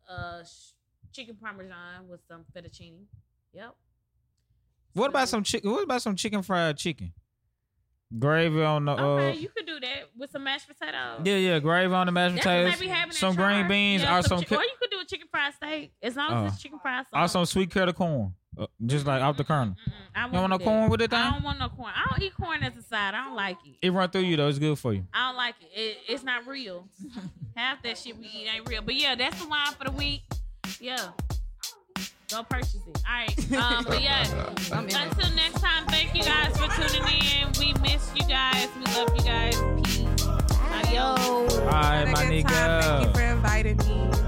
uh sh- chicken parmesan with some fettuccine. Yep. What about some chicken? What about some chicken fried chicken? Gravy on the. Uh, Okay, you could do that with some mashed potatoes. yeah, yeah, gravy on the mashed That's what potatoes, may be happening. some in green Charlotte. beans, Yeah, or some, chi- ca- or you could do a chicken fried steak as long as Uh, it's chicken fried. or sauce. some sweet kettle corn, uh, Mm-hmm. just like off the kernel. Mm-mm, I You want no wouldn't do corn that. with it, I thing? don't want no corn. I don't eat corn as a side. I don't like it. It run through you though. It's good for you. I don't like it. it it's not real. Half that shit we eat ain't real. But yeah, that's the wine for the week. Yeah. Go purchase it. All right. Um, but yeah. Until next time, thank you guys for tuning in. We miss you guys. We love you guys. Peace. Adios. All right, Had a my good time. Thank you nigga. for inviting me.